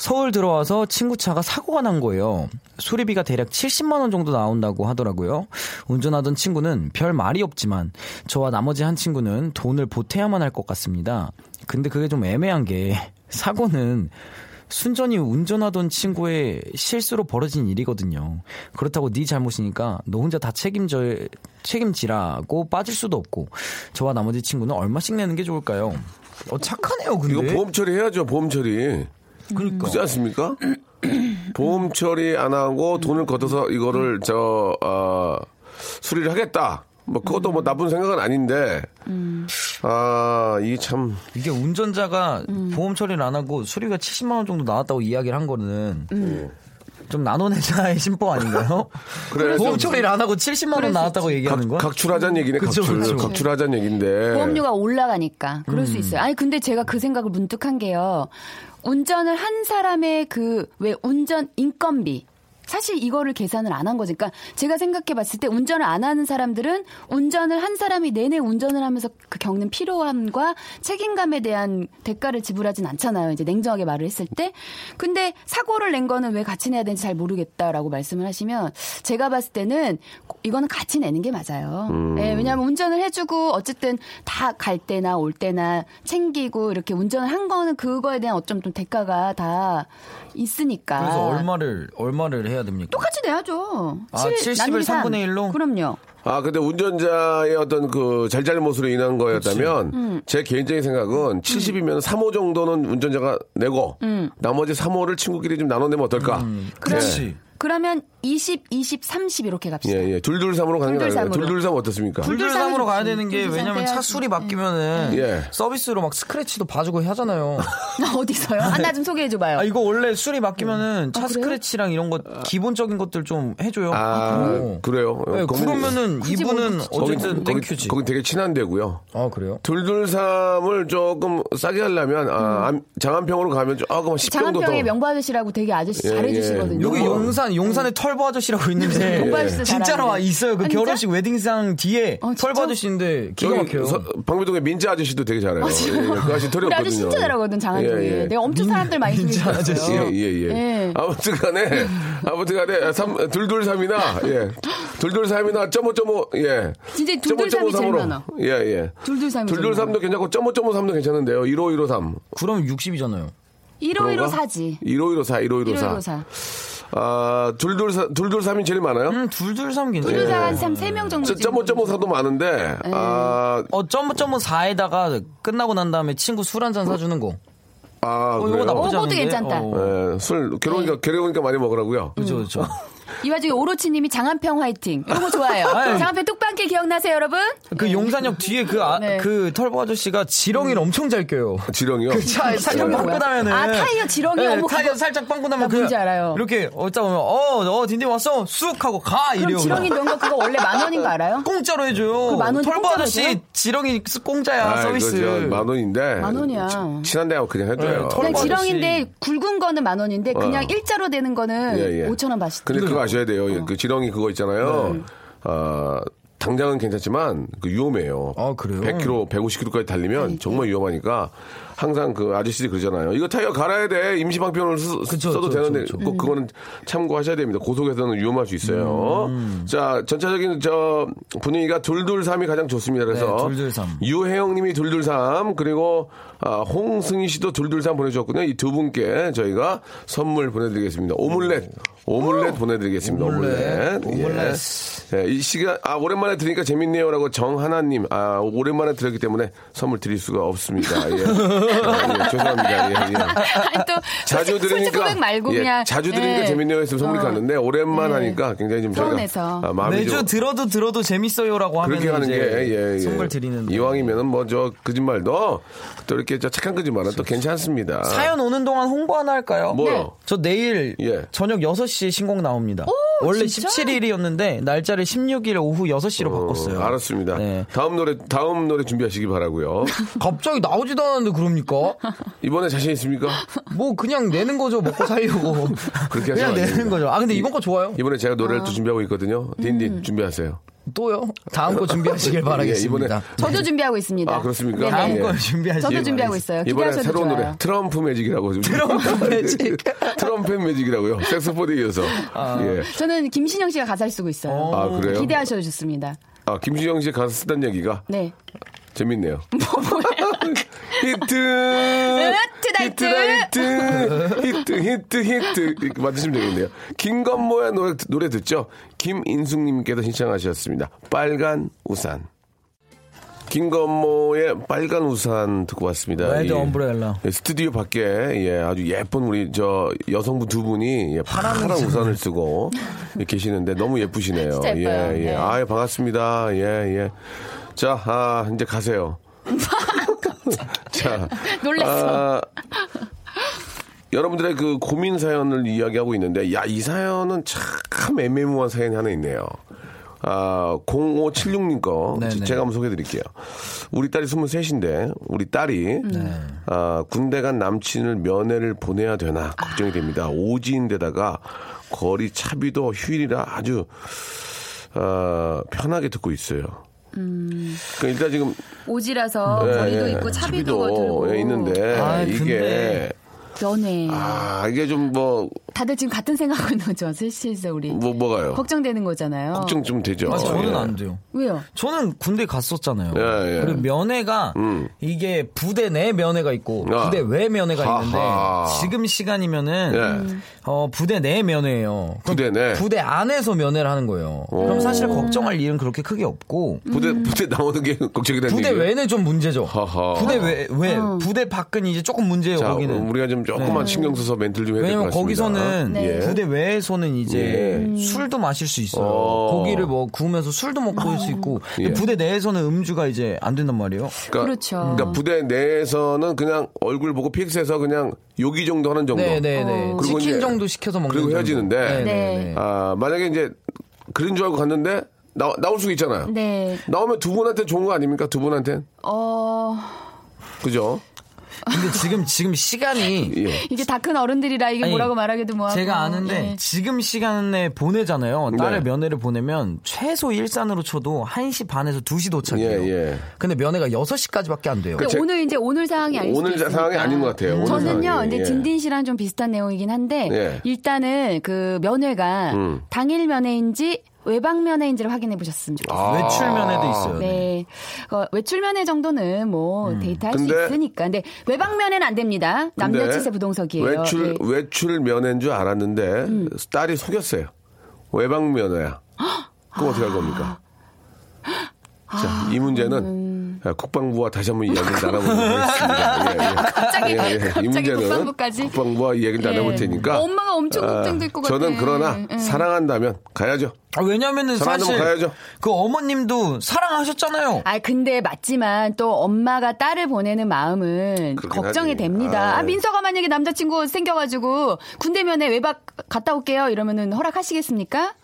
S3: 서울 들어와서 친구 차가 사고가 난 거예요. 수리비가 대략 70만 원 정도 나온다고 하더라고요. 운전하던 친구는 별 말이 없지만 저와 나머지 한 친구는 돈을 보태야만 할 것 같습니다. 근데 그게 좀 애매한 게 (laughs) 사고는 순전히 운전하던 친구의 실수로 벌어진 일이거든요. 그렇다고 네 잘못이니까 너 혼자 다 책임져 책임지라고 빠질 수도 없고 저와 나머지 친구는 얼마씩 내는 게 좋을까요? 어 착하네요, 근데.
S1: 이거 보험 처리해야죠, 보험 처리.
S3: 그러니까.
S1: 그렇지 않습니까? 보험 처리 안 하고 돈을 걷어서 이거를 저, 어, 수리를 하겠다. 뭐 그것도 뭐 나쁜 생각은 아닌데, 아, 이게 참,
S3: 이게 운전자가 보험 처리를 안 하고 수리가 70만 원 정도 나왔다고 이야기를 한 거는 좀 나눠내자의 심보 아닌가요?
S1: 그래, 좀-
S3: 보험 처리를 안 하고 70만 원 나왔다고 얘기하는 거야?
S1: 각, 출하자는 얘기네,
S3: 그쵸,
S1: 각출.
S3: 그쵸.
S1: 각출하자는 얘기인데.
S4: 보험료가 올라가니까 그럴 수 있어요. 아니 근데 제가 그 생각을 문득 한 게요. 운전을 한 사람의 그 왜 운전 인건비 사실 이거를 계산을 안 한 거지. 그러니까 제가 생각해 봤을 때 운전을 안 하는 사람들은 운전을 한 사람이 내내 운전을 하면서 그 겪는 피로함과 책임감에 대한 대가를 지불하진 않잖아요. 이제 냉정하게 말을 했을 때. 근데 사고를 낸 거는 왜 같이 내야 되는지 잘 모르겠다라고 말씀을 하시면 제가 봤을 때는 이거는 같이 내는 게 맞아요. 예, 왜냐하면 운전을 해주고 어쨌든 다 갈 때나 올 때나 챙기고 이렇게 운전을 한 거는 그거에 대한 어쩜 좀 대가가 다 있으니까.
S3: 그래서 얼마를 얼마를 해야 됩니까?
S4: 똑같이 내야죠.
S3: 아,
S4: 칠-
S3: 70을
S4: 나누기 삼.
S3: 3분의 1 로?
S4: 그럼요.
S1: 아, 근데 운전자의 어떤 그 잘잘못으로 인한 거였다면,
S4: 음.
S1: 제 개인적인 생각은 70이면 3호 정도는 운전자가 내고,
S4: 음.
S1: 나머지 3호를 친구끼리 좀 나눠내면 어떨까?
S3: 음. 그렇지.
S4: 그러면 20, 20, 30 이렇게 갑시다.
S1: 예, 예. 둘둘삼으로 가는 게
S4: 둘둘
S1: 나아요.
S4: 삼으로.
S1: 둘둘삼 어떻습니까?
S3: 불들상으로 가야 되는 게
S4: 불들상
S3: 왜냐면
S4: 빼야지.
S3: 차 수리 맡기면은
S1: 예.
S3: 서비스로 막 스크래치도 봐주고 하잖아요.
S4: (laughs) 어디서요? 하나 좀 소개해줘봐요.
S3: 아 이거 원래 수리 맡기면은 차 스크래치랑 이런 것 기본적인 것들 좀 해줘요.
S1: 아,
S3: 어.
S1: 그래요?
S3: 네,
S1: 거기-
S3: 그러면은 이분은
S1: 거기-
S3: 어쨌든
S1: 거기-
S3: 땡큐지.
S1: 거기 되게 친한 데고요.
S3: 아 그래요?
S1: 둘둘삼을 조금 싸게 하려면 아, 암- 장안평으로 가면 아, 조금 10평도 더.
S4: 음. 장안평의 명부 아저씨라고 되게 아저씨
S1: 예,
S4: 잘해주시거든요.
S3: 여기 용산 용산에 털보 뭐. 음. 아저씨라고 있는데
S4: 털보 아저씨
S3: 진짜로 아,
S4: 잘하는데.
S3: 와 있어요. 그
S4: 아, 진짜?
S3: 결혼식 웨딩상 뒤에
S4: 어, 진짜?
S3: 털보 아저씨인데 기가
S1: 여기
S3: 막혀요.
S1: 서- 방배동의 민자 아저씨도 되게 잘해요. 예, 예, 그 아저씨 털이
S4: 우리 아저씨
S1: 없거든요.
S4: 진짜 잘하거든, 장안평에.
S1: 예, 예.
S4: 내가 엄청
S1: (laughs)
S4: 사람들 많이
S1: 예,
S4: 소개해줬어요.
S1: 예, 예.
S4: 예.
S1: 아무튼 간에,
S4: (laughs)
S1: 아무튼 간에, 삼, 둘둘삼이나, 예. 둘둘삼이나, 점오점오, 예.
S4: 진짜 둘둘삼이 제일
S1: 0.553 으로.
S4: 많아.
S1: 예, 예.
S4: 둘둘삼이 제일
S1: 둘둘삼도 괜찮고, 점오점오삼도 괜찮은데요. 1513.
S3: 그럼 60이잖아요.
S4: 1514지.
S1: 1514, 1514.
S4: 1514.
S1: 아, 둘둘사, 둘둘삼이 제일 많아요?
S3: 음 둘둘삼 괜찮아요.
S4: 1514가 한 3명 정도.
S1: 예. 저, 뭐.
S4: 지금.
S3: 뭐.
S1: 점오점오사도 많은데, 아,
S3: 어 점프 점프 4에다가 끝나고 난 다음에 친구 술 한 잔 사주는 거.
S1: 아,
S3: 어, 이거
S1: 그래요?
S3: 나쁘지
S4: 어,
S3: 않은데.
S4: 그것도 괜찮다.
S3: 어.
S1: 예, 술, 괴로우니까, 괴로우니까 많이 먹으라고요.
S3: 그죠 그죠.
S4: 이 와중에 오로치님이 장안평 화이팅. 이런 거 좋아요.
S1: (laughs)
S3: 아유.
S4: 장안평 뚝방길 기억나세요, 여러분?
S3: 그 용산역 뒤에 그, 아,
S4: 네.
S3: 그 털보 아저씨가 지렁이를 엄청 잘 껴요.
S1: 지렁이요?
S3: 차 살짝
S4: 지렁이
S3: 빵꾸
S4: 뭐야?
S3: 나면은
S4: 아, 타이어 지렁이?
S3: 네,
S4: 어머,
S3: 타이어
S4: 그거-
S3: 살짝 빵꾸 나면
S4: 나 뭔지 알아요.
S3: 이렇게 어쩌다 보면 어너 딘딘 왔어 쑥 하고 가 이래요.
S4: 그럼 지렁이 이런 거 그거 원래 만 원인
S1: (laughs)
S4: 거 알아요?
S3: 공짜로 해줘요.
S4: 그만 원이
S3: 털보
S4: 공짜로
S3: 아저씨
S4: 해줘요?
S3: 지렁이 스- 공짜야
S1: 아,
S3: 서비스.
S1: 이거 저만 원인데.
S4: 만 원이야.
S1: 치- 친한 데하고 그냥 해줘요.
S3: 네, 털-
S4: 그냥
S3: 털보
S4: 지렁인데 굵은 거는 만 원인데 그냥
S1: 어.
S4: 일자로 되는 거는
S1: 예, 예.
S4: 5천 원 어. 네. 받시.
S1: 근데
S3: 음.
S1: 그거 아셔야 돼요. 예, 그 지렁이 그거 있잖아요. 아, 당장은 괜찮지만 그 위험해요.
S3: 아, 그래요?
S1: 100km, 150km까지 달리면 정말 위험하니까 항상 그 아저씨들이 그러잖아요. 이거 타이어 갈아야 돼. 임시 방편을 쓰-
S3: 그쵸,
S1: 써도
S3: 그쵸,
S1: 되는데
S3: 그쵸,
S4: 네.
S1: 꼭 그거는 참고하셔야 됩니다. 고속에서는 위험할 수 있어요.
S3: 음.
S1: 자, 전체적인 저 분위기가 둘둘삼이 가장 좋습니다. 그래서
S3: 네, 둘둘삼.
S1: 유혜영님이 둘둘삼 그리고 아, 홍승희 씨도 둘둘삼 보내주셨군요. 이 두 분께 저희가 선물 보내드리겠습니다. 오믈렛 오믈렛 보내드리겠습니다. 오믈렛
S3: 오믈렛.
S1: 예.
S6: 예, 이 시간 아 오랜만에 들으니까 재밌네요라고 정하나님 아 오랜만에 들었기 때문에 선물 드릴 수가 없습니다.
S4: (laughs)
S6: 예, 아, 예, 죄송합니다. 예, 예.
S4: 아니 또
S6: 자주
S4: 솔직- 솔직
S6: 들으니까
S4: 고백 말고
S6: 예,
S4: 그냥
S6: 자주 들으니까
S4: 예.
S6: 재밌네요 했으면 선물이
S4: 어.
S6: 갔는데 오랜만 하니까 굉장히 좀 저희가,
S4: 서운해서.
S6: 아, 마음이
S3: 매주
S6: 좀
S3: 들어도 들어도 재밌어요라고 하면
S6: 그렇게 하는 게 예, 예.
S3: 선물 드리는
S6: 이왕이면은 뭐 저 거짓말도 또 이렇게 저 착한 거짓말은 또 괜찮습니다.
S3: 사연 네. 오는 동안 홍보 하나 할까요?
S6: 뭐요?
S3: 저 내일
S6: 예.
S3: 저녁 6시에 신곡 나옵니다. 원래
S4: 진짜?
S3: 17일이었는데 날짜를 16일 오후 6시로 바꿨어요.
S6: 어, 알았습니다.
S3: 네.
S6: 다음 노래 다음 노래 준비하시기 바라고요.
S3: 갑자기 나오지도 않았는데 그럽니까?
S4: (laughs)
S6: 이번에 자신 있습니까?
S3: 뭐 그냥 내는 거죠. 먹고 살려고.
S6: (laughs) 그렇게 해서
S3: 그냥
S6: 안 됩니다.
S3: 내는 거죠. 아 근데 이번 거 좋아요.
S6: 이번에 제가 노래를 또 준비하고 있거든요. 딘딘 준비하세요.
S3: 또요. 다음 거
S6: (laughs)
S3: 준비하시길 바라겠습니다.
S6: 예, 이번에-
S4: 저도 준비하고 있습니다.
S6: 아, 그렇습니까?
S4: 네네.
S6: 다음
S3: 다음
S6: 예.
S3: 거 준비하시길
S4: 저도 준비하고
S3: 바라겠습니다.
S4: 있어요.
S6: 이번에
S4: 기대하셔도
S6: 새로운
S4: 좋아요.
S6: 노래 트럼프 매직이라고 좀- (laughs)
S3: 트럼프 매직.
S6: 트럼프 매직이라고요. 색소폰에 이어서 예.
S4: 저는 김신영 씨가 가사를 쓰고 있어요.
S6: 아 그래요?
S4: 기대하셔도 좋습니다.
S6: 아 김수영 씨 가서 쓰던 얘기가 (laughs)
S4: 네.
S6: 재밌네요. 히트
S4: 으트, 나이트.
S6: 히트 히트 히트 히트 이렇게 맞으시면 되겠네요. 김건모의 노래 노래 듣죠? 김인숙님께서 신청하셨습니다. 빨간 우산. 김건모의 빨간 우산 듣고 왔습니다.
S3: Red Umbrella.
S6: 예, 스튜디오 밖에 예, 아주 예쁜 우리 저 여성분 두 분이 예, 파란 우산을 쓰고 계시는데 너무 예쁘시네요.
S4: 진짜 예뻐요.
S6: 예, 예.
S4: 네.
S6: 아유 반갑습니다. 예, 예. 자, 아, 이제
S4: (laughs)
S6: 가세요. 자,
S4: 놀랐어.
S6: 아, (laughs) 여러분들의 그 고민 사연을 이야기하고 있는데, 야, 이 사연은 참 애매모호한 사연이 하나 있네요. 아, 0576님 거.
S3: 네네.
S6: 제- 제가 한번 소개해 드릴게요. 우리 딸이 23인데, 우리 딸이,
S3: 네.
S6: 아, 군대 간 남친을 면회를 보내야 되나 걱정이 됩니다. 오지인데다가 거리 차비도 휴일이라 아주, 아, 편하게 듣고 있어요.
S4: 음.
S6: 그러니까 일단 지금
S4: 아. 오지라서 거리도
S6: 예,
S4: 있고
S6: 예.
S4: 차비도 들고
S6: 예, 있는데
S3: 아,
S6: 이게
S3: 근데.
S4: 연애.
S6: 아 이게 좀 뭐 뭐
S4: 다들 지금 같은 생각은 거죠. 실실서 우리
S6: 뭐, 가요
S4: 걱정되는 거잖아요.
S6: 걱정 좀 되죠.
S3: 아 저는
S6: 예.
S3: 안 돼요.
S4: 왜요?
S3: 저는 군대 갔었잖아요. 뭐.
S6: 예, 예.
S3: 그리고 면회가 이게 부대 내 면회가 있고
S6: 아.
S3: 부대 외 면회가
S6: 하하.
S3: 있는데 지금 시간이면은
S6: 예.
S3: 어 부대 내 면회예요. 그럼
S6: 부대 내?
S3: 부대 안에서 면회를 하는 거예요. 그럼 사실 걱정할 일은 그렇게 크게 없고
S6: 부대 부대 나오는 게 (laughs) 걱정이 되는
S3: 부대
S6: 얘기예요?
S3: 외는 좀 문제죠.
S6: 하하.
S3: 부대 외, 외 부대 밖은 이제 조금 문제예요.
S6: 자,
S3: 거기는. 네.
S6: 우리가 좀 조금만 신경 써서 멘트를 좀 해야 될 것
S3: 왜냐면
S6: 같습니다.
S3: 거기서는
S4: 네,
S6: 예.
S3: 부대 외에서는
S6: 예.
S3: 이제 술도 마실 수 있어요.
S6: 어.
S3: 고기를 뭐 구우면서 술도 먹고 올 수 있고 근데
S6: 예.
S3: 부대 내에서는 음주가 이제 안 된단 말이에요.
S6: 그러니까,
S4: 그렇죠.
S6: 그러니까 부대 내에서는 그냥 얼굴 보고 픽스해서 그냥 요기 정도 하는 정도.
S3: 네네네.
S6: 그리고
S3: 어. 치킨
S6: 이제-
S3: 정도 시켜서 먹는
S6: 그리고
S3: 정도.
S6: 헤어지는데.
S3: 네네네.
S6: 아 만약에 이제 그런 줄 알고 갔는데 나, 나올 수가 있잖아요.
S4: 네.
S6: 나오면 두 분한테 좋은 거 아닙니까? 두 분한테
S4: 어
S6: 그죠?
S3: 근데 지금 지금 시간이
S6: 예.
S4: 이게 다 큰 어른들이라 이게
S3: 아니,
S4: 뭐라고 말하기도 뭐하고.
S3: 제가 아는데
S4: 예.
S3: 지금 시간에 보내잖아요. 딸을
S6: 네.
S3: 면회를 보내면 최소 일산으로 쳐도 1시 반에서 2시 도착이에요.
S6: 예, 그러니까 예.
S3: 근데 면회가 6시까지밖에 안 돼요.
S4: 근데
S6: 제-
S4: 그러니까 오늘 이제 오늘 상황이 아닐
S6: 오늘
S4: 수도 있으니까.
S6: 상황이 아닌 것 같아요. 오늘
S4: 저는요,
S6: 상황이.
S4: 이제
S6: 예.
S4: 딘딘 씨랑 좀 비슷한 내용이긴 한데
S6: 예. 음.
S4: 일단은 그 면회가 당일 면회인지 외박 면회인지를 확인해 보셨으면 좋겠어요.
S6: 아.
S3: 외출 면회도 있어요.
S4: 네, 어, 외출 면회 정도는 뭐 데이트할
S6: 음. 근데-
S4: 수 있으니까. 근데 외박 면회는 안 됩니다.
S6: 근데
S4: 남녀치세 부동석이에요. 음.
S6: 외출
S4: 예.
S6: 외출 면회인 줄 알았는데 딸이 속였어요. 외박 면회야. 그럼 어떻게 할 겁니까? 자, 이 문제는
S4: 음.
S6: 아, 국방부와 다시
S4: (laughs)
S6: 한번 이야기를 나눠보도록 하겠습니다. 예, 예.
S4: 갑자기,
S6: 예, 예.
S4: 갑자기 국방부까지?
S6: 국방부와 이야기를
S4: 예.
S6: 나눠볼 테니까.
S4: 엄마가 엄청 걱정될 것
S6: 저는
S4: 같아.
S6: 그러나
S4: 음.
S6: 사랑한다면 가야죠.
S3: 아, 왜냐면은
S6: 전화도
S3: 사실
S6: 가야죠.
S3: 그 어머님도 사랑하셨잖아요.
S4: 아 근데 맞지만 또 엄마가 딸을 보내는 마음은
S6: 그렇긴
S4: 걱정이
S6: 하지.
S4: 됩니다.
S6: 아.
S4: 아, 민서가 만약에 남자친구 생겨가지고 군대면에 외박 갔다 올게요 이러면은 허락하시겠습니까?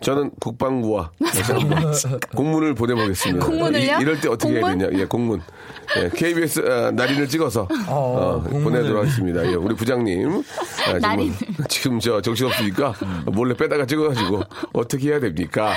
S6: 저는 국방부와 다시
S4: 아,
S3: 아,
S6: 한번 공문을 보내보겠습니다.
S4: 공문을요?
S6: 이- 이럴 때 어떻게
S4: 공문?
S6: 해야 되냐? 예, 공문. 예, KBS 아, 날인을 찍어서 어,
S3: 공문을.
S6: 보내도록 하겠습니다. 예, 우리 부장님 아, 지금,
S4: 날인.
S6: 지금 저 정신 없으니까 몰래 빼다가 찍어가지고 어떻게 해야 됩니까?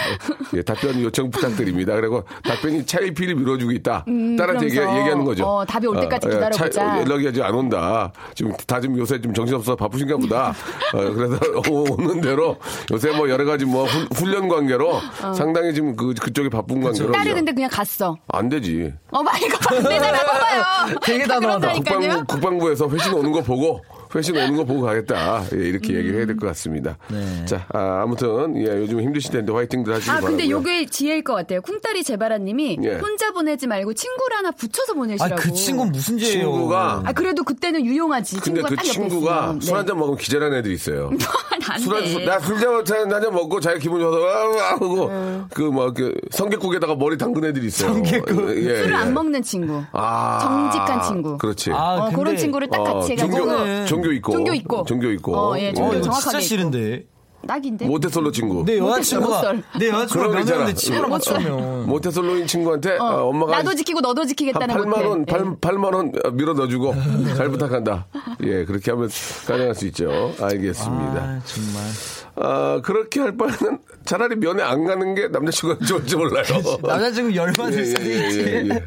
S6: 예, 답변 요청 부탁드립니다. 그리고 답변이 차일피일 미뤄주고 있다. 따라 얘기,
S4: 음, 그러면서,
S6: 얘기하는 거죠. 아, 예,
S4: 어, 답이 올 때까지 기다려보자.
S6: 차- 연락이 아직 안 온다. 지금 다 좀 요새 좀 정신없어
S4: (laughs)
S6: 바쁘신가 보다. 어, 그래서 (laughs) 오- 오는 대로 요새 뭐 여러 가지 뭐 훈- 훈련 관계로 상당히 지금 그, 그쪽이 바쁜 관계로.
S4: 딸이
S6: 이제
S4: 근데 어. 그냥 갔어.
S6: 안 되지. (laughs)
S4: 어마 이거 안 되잖아 봐봐요.
S3: 되게 단호하다.
S6: 그러니까
S4: 그런다니까요.
S6: 국방부, 국방부에서 회신 오는 거 보고 회식 오는 거 보고 가겠다. 예, 이렇게
S4: 음.
S6: 얘기해야 될 것 같습니다.
S3: 네.
S6: 자, 아, 무튼 예, 요즘 힘드실 텐데 화이팅들 하시길
S4: 아, 근데
S6: 바라고요.
S4: 요게 지혜일 것 같아요. 쿵따리 제바라님이
S6: 예.
S4: 혼자 보내지 말고 친구를 하나 붙여서 보내시라고.
S3: 아그 친구는 무슨 죄예요?
S6: 친구가
S4: 아, 그래도 그때는 유용하지.
S6: 근데
S4: 친구가
S6: 그
S4: 딱
S6: 친구가
S4: 옆에 있으면. 네.
S6: 술 한 잔 먹으면 기절하는 애들이 있어요.
S4: (laughs) 안 돼.
S6: 술한술나술잔 먹고 자기 기분 좋아서 와와하고
S4: 음.
S6: 그막 그 성게국에다가 머리 담근 애들이 있어요.
S3: 성게국.
S6: 예, 예.
S4: 술을 안 먹는 친구.
S6: 아.
S4: 정직한 친구.
S6: 그렇지.
S3: 아,
S4: 어,
S3: 근데-
S4: 그런 친구를 딱 같이 해가지고
S6: 종교, 종교 있고.
S4: 종교 있고.
S6: 종교 있고.
S4: 어, 예,
S3: 어,
S4: 종교
S6: 예.
S3: 이거
S4: 정확하게
S3: 진짜
S4: 있고.
S3: 싫은데.
S4: 딱인데.
S6: 모태솔로 친구.
S3: 내
S4: 못
S3: 여자친구가
S4: 살.
S3: 내
S6: 그런 거
S3: 여자친구가
S6: 있잖아.
S3: 명명인데 친구랑
S6: 못
S3: 맞추면
S6: 모태솔로인 친구한테 어, 엄마가
S4: 나도 지키고 너도
S6: 한
S4: 지키겠다는
S6: 8만 원,
S4: 모태. 예.
S6: 8, 만원 어, 밀어 넣어주고 잘 부탁한다. 예, 그렇게 하면 가능할 수 있죠. 알겠습니다.
S3: 아 정말
S6: 아, 그렇게 할 바에는 차라리 면회 안 가는 게 남자친구가 좋을지 몰라요.
S3: (laughs) 남자친구 열받을
S6: 어. 예,
S3: 수도
S6: 예, 예,
S3: 있지.
S6: 예, 예.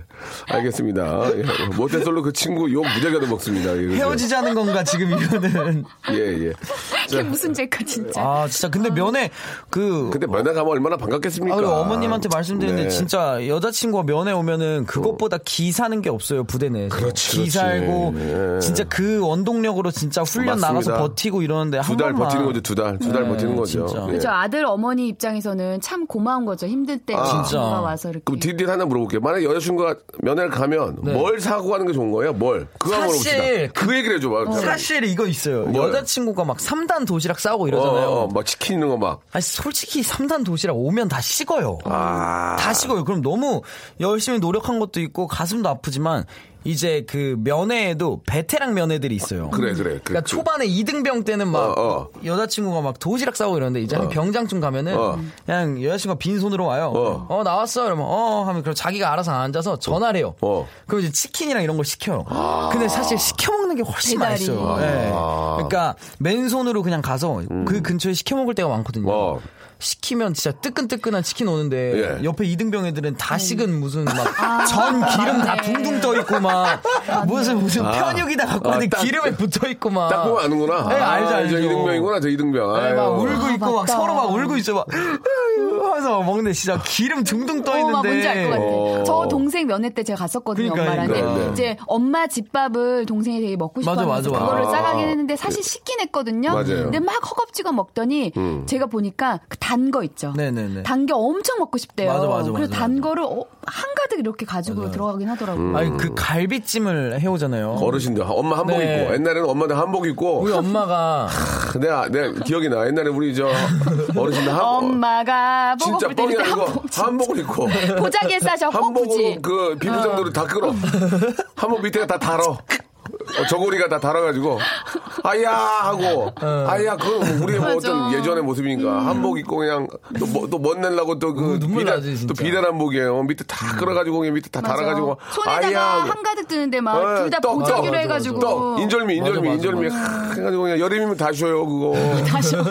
S6: 알겠습니다. 예, 모태솔로 그 친구 욕 무지하게도 먹습니다. 예, 그죠?
S3: 헤어지자는 건가 지금 이거는.
S6: 예, 예.
S4: (laughs) 이게 무슨 죄까 진짜.
S3: 아 진짜 근데 면회 그
S6: 근데 면회 가면 얼마나 반갑겠습니까?
S3: 아, 그리고 어머님한테 말씀드렸는데
S6: 그러니까. 네.
S3: 진짜 여자친구가 면회 오면은 그것보다 기 사는 게 없어요 부대 내에서
S6: 그렇지,
S3: 기
S6: 그렇지.
S3: 살고
S6: 네.
S3: 진짜 그 원동력으로 진짜 훈련
S6: 맞습니다.
S3: 나가서 버티고 이러는데 한
S6: 두 달
S3: 번만
S6: 버티는 거죠, 두 달. 두 달
S3: 네,
S6: 버티는 거죠.
S3: 진짜.
S6: 예.
S4: 그죠 아들 어머니 입장에서는 참 고마운 거죠. 힘들 때 친구가
S3: 진짜.
S4: 와서 이렇게.
S6: 아. 그럼 디딜 하나 물어볼게요. 만약에 여자친구가 면회를 가면
S3: 네.
S6: 뭘 사고 가는 게 좋은 거예요? 뭘? 그거 한번
S3: 사실
S6: 물어봅시다. 그 얘기를 해줘봐. 차라리.
S3: 사실 이거 있어요
S6: 뭐요?
S3: 여자친구가 막 3단 도시락 싸고
S6: 어,
S3: 이러잖아요
S6: 어, 어, 막 치킨 있는 거 막.
S3: 아니 솔직히 3단 도시락 오면 다 식어요
S6: 아.
S3: 다 식어요 그럼 너무 열심히 노력한 것도 있고 가슴도 아프지만 이제 그 면회에도 베테랑 면회들이 있어요
S6: 그래, 그래. 그,
S3: 그러니까 초반에 이등병 때는 막
S6: 어, 어.
S3: 여자친구가 막 도시락 싸고 이러는데 이제 한 병장쯤 가면은
S6: 어.
S3: 그냥 여자친구가 빈손으로 와요.
S6: 어.
S3: 어, 나왔어. 이러면 어 하면 그럼 자기가 알아서 앉아서 전화를 해요.
S6: 어. 아.
S3: 그럼 이제 치킨이랑 이런 걸 시켜요. 근데 사실 시켜 먹는 게 훨씬
S4: 배달이.
S3: 맛있어요.
S4: 아.
S3: 예. 그러니까 맨손으로 그냥 가서 그 근처에 시켜 먹을 때가 많거든요.
S6: 음. 어.
S3: 시키면 진짜 뜨끈뜨끈한 치킨 오는데
S6: 예.
S3: 옆에 이등병 애들은 다 식은 무슨 막 전 기름 다
S4: 네. 아. 맞네. 아, 네.
S3: 둥둥 떠 있고 막 무슨 무슨 편육이다 갖고
S6: 아,
S3: 왔는데
S6: 딱-
S3: 기름에 붙어 있고 막
S6: 딱 보면 아는구나.
S3: 네, 알죠, 알죠.
S6: 저 이등병이구나, 저 이등병.
S3: 네, 막
S6: 아유.
S3: 울고 있고 막
S4: 맞다.
S3: 서로 막 울고 있어 막 하면서 먹는데 진짜 기름 둥둥 떠
S4: 어, 막 뭔지 알 것 같아.
S3: 있는데
S6: 어.
S4: 저 동생 면회 때 제가 갔었거든요,
S3: 그러니까,
S4: 엄마랑.
S6: 그러니까.
S4: 근데 이제 엄마 집밥을 동생이 되게 먹고
S3: 맞아,
S4: 싶어서
S3: 맞아, 네.
S4: 그거를
S6: 맞아.
S4: 싸가긴 했는데 사실 식긴 했거든요.
S6: 맞아요. 음.
S4: 근데 막 허겁지겁 먹더니 제가 보니까 그 단 거 있죠.
S3: 네네네.
S4: 단 게 엄청 먹고 싶대요.
S3: 맞아, 맞아,
S4: 그래서
S3: 맞아,
S4: 단
S3: 맞아.
S4: 거를 어, 한가득 이렇게 가지고 들어가긴 하더라고요.
S6: 음.
S3: 아니 그 갈비찜을 해오잖아요.
S6: 어르신들 엄마 한복
S3: 네.
S6: 입고 옛날에는 엄마들 한복 입고
S3: 우리 엄마가
S6: 크, 내가 내가 기억이 나 옛날에 우리 저 어르신들 한
S4: 엄마가 보고
S6: 진짜
S4: 볼
S6: 뻥이
S4: 때는
S6: 아니고
S4: 한복 진짜.
S6: 한복을
S4: (laughs)
S6: 입고
S4: 보자기에 싸셔 허프지.
S6: 한복으로 그 비프 정도로 다 끌어. 한복 밑에가 다 달어. 어, 저고리가 다 달아가지고 아야 하고 아야 그건 우리의 뭐
S4: 맞아. 음.
S6: 어떤 예전의 모습이니까 한복 입고 그냥 또못 내려고 또그
S3: 어, 눈물 나지, 진짜.
S6: 또
S3: 음.
S6: 비단 한복이에요 밑에 다 끌어가지고 그냥 밑에 다
S4: 맞아.
S6: 달아가지고
S4: 손에다가
S6: 하고. 예,
S4: 한가득 드는데 막 둘 다
S6: 떡,
S4: 보자기로
S6: 떡,
S4: 해가지고
S6: 떡
S4: (laughs)
S6: 인절미
S3: 맞아,
S6: 인절미
S3: 맞아,
S6: 인절미 하, 해가지고 그냥 여름이면 다 쉬어요 그거
S4: 다시 맞아.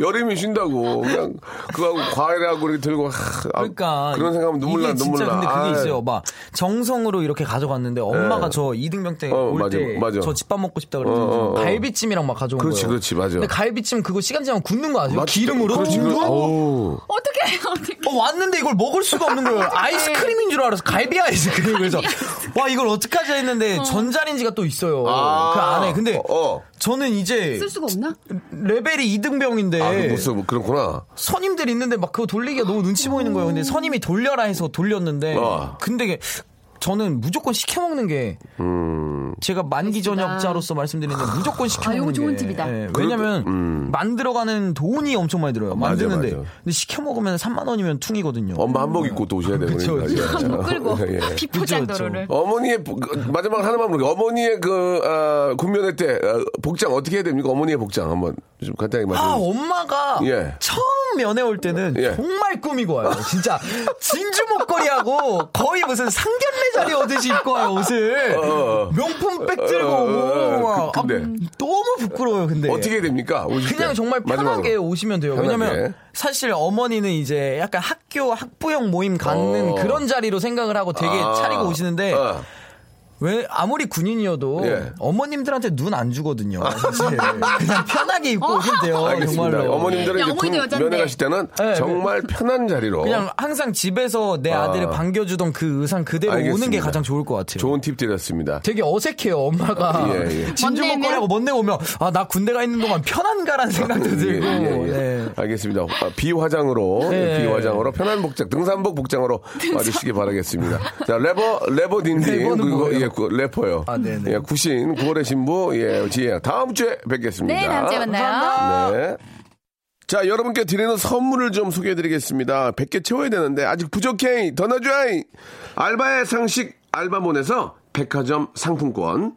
S6: 여름이 쉰다고 그냥 그거하고 과일하고 이렇게 들고 하, 아,
S3: 그러니까
S6: 그런 생각하면 눈물
S3: 이게
S6: 나 눈물
S3: 진짜
S6: 나
S3: 근데 그게
S6: 아이. 예.
S3: 있어요. 막 정성으로 이렇게 가져갔는데 엄마가 저 이등병 때
S6: 어,
S3: 올 때
S6: 맞아,
S3: 저
S6: 맞아.
S3: 집밥 먹고 싶다 그래서
S6: 어, 어, 어.
S3: 갈비찜이랑 막 가져온
S6: 그렇지,
S3: 거예요.
S6: 그렇지, 맞아.
S3: 근데 갈비찜 그거 시간 지나면 굳는 거 아세요?
S6: 맞지?
S3: 기름으로
S6: 그렇지, 그렇지.
S3: 둥둥?
S6: 어우.
S4: 어떻게 어떻게
S3: 어, 왔는데 이걸 먹을 수가 없는
S6: (laughs)
S3: 거예요. 아이스크림인 줄 알아서 갈비 아이스크림 그래서 와 이걸 어떡하지 했는데 전자레인지가 또 있어요.
S6: 아.
S3: 그 안에 근데
S6: 어.
S3: 저는 이제
S4: 쓸 수가 없나?
S3: 레벨이 2등병인데
S6: 아, 그 무슨 그렇구나.
S3: 선임들 있는데 막 그거 돌리기가 너무 눈치 보이는 거예요. 근데 선임이 돌려라 해서 돌렸는데
S6: 어.
S3: 근데 이게 저는 무조건 시켜 먹는 게 제가 만기 전역자로서 말씀드리는데 무조건 시켜
S4: 아,
S3: 먹는
S4: 이거
S3: 게
S4: 좋은 팁이다.
S3: 예, 왜냐면 만들어가는 돈이 엄청 많이 들어요.
S6: 음. 맞아,
S3: 만드는데
S6: 맞아.
S3: 근데 시켜 먹으면 3만 원이면 퉁이거든요.
S6: 엄마 한복 입고 또 오셔야 되는
S3: 그쵸,
S6: 거니까.
S3: 그쵸.
S6: 진짜.
S4: 못 끌고 아,
S6: 예.
S4: 비포장도로를
S6: 어머니의 복- 마지막 하나만 물게 어머니의 그 아, 군면회 때 아, 복장 어떻게 해야 됩니까? 어머니의 복장 한번 좀 간단하게
S3: 아,
S6: 말씀해 주세요.
S3: 엄마가
S6: 음. 예.
S3: 처음 면회 올 때는
S6: 예.
S3: 정말 꾸미고 와요. 진짜 진주 목걸이하고 거의 무슨 상견례 자리 오듯이 입고 와요, 옷을.
S6: 어.
S3: 명품 백 들고
S6: 어, 어,
S3: 오고.
S6: 어,
S3: 막.
S6: 그- 근데.
S3: 아, 너무 부끄러워요, 근데.
S6: 어떻게 해야 됩니까? 오실
S3: 예. 그냥
S6: 때?
S3: 정말 편하게
S6: 마지막으로.
S3: 오시면 돼요.
S6: 편하게.
S3: 왜냐면 사실 어머니는 이제 약간 학교 학부형 모임 갖는
S6: 어.
S3: 그런 자리로 생각을 하고 되게
S6: 아.
S3: 차리고 오시는데
S6: 어.
S3: 왜 아무리 군인이어도
S6: 예.
S3: 어머님들한테 눈 안 주거든요.
S6: (laughs)
S3: 사실 그냥 편하게 입고 오시면 돼요.
S6: 아, 알겠습니다.
S3: 아, 정말로.
S6: 어머님들은
S4: 야,
S6: 이제
S4: 네, 어머니도
S6: 군-
S4: 여잔데.
S6: 면회 가실 때는
S3: 네,
S6: 정말 편한 자리로
S3: 그냥 항상 집에서 내 아. 들을 반겨주던 그 의상 그대로 오는 게
S6: 알겠습니다.
S3: 가장 좋을 것 같아요.
S6: 좋은 팁 드렸습니다.
S3: 되게 어색해요 엄마가 (laughs)
S6: 예, 예.
S3: 진주
S4: 멋내면?
S3: 먹거리하고 멋내오면 아 나 군대가 있는 동안 편한가라는 생각도 들고
S6: 예, 예, 예.
S3: 네.
S6: 알겠습니다. 아, 비화장으로
S3: 네.
S6: 비화장으로 편한 복장 등산복 복장으로 와주시기 바라겠습니다. 자 레버 레버 딘딘
S3: 레버는
S6: 그리고
S3: 뭐예요?
S6: 예, 구- 래퍼요.
S3: 아, 네네.
S6: 예, 구신 9월의 신부 예 지혜 다음 주에 뵙겠습니다.
S4: 네, 다음 주에 만나요.
S6: 네. 자, 여러분께 드리는 선물을 좀 소개해 드리겠습니다. 100개 채워야 되는데, 아직 부족해. 더 넣어줘! 알바의 상식 알바몬에서 백화점 상품권.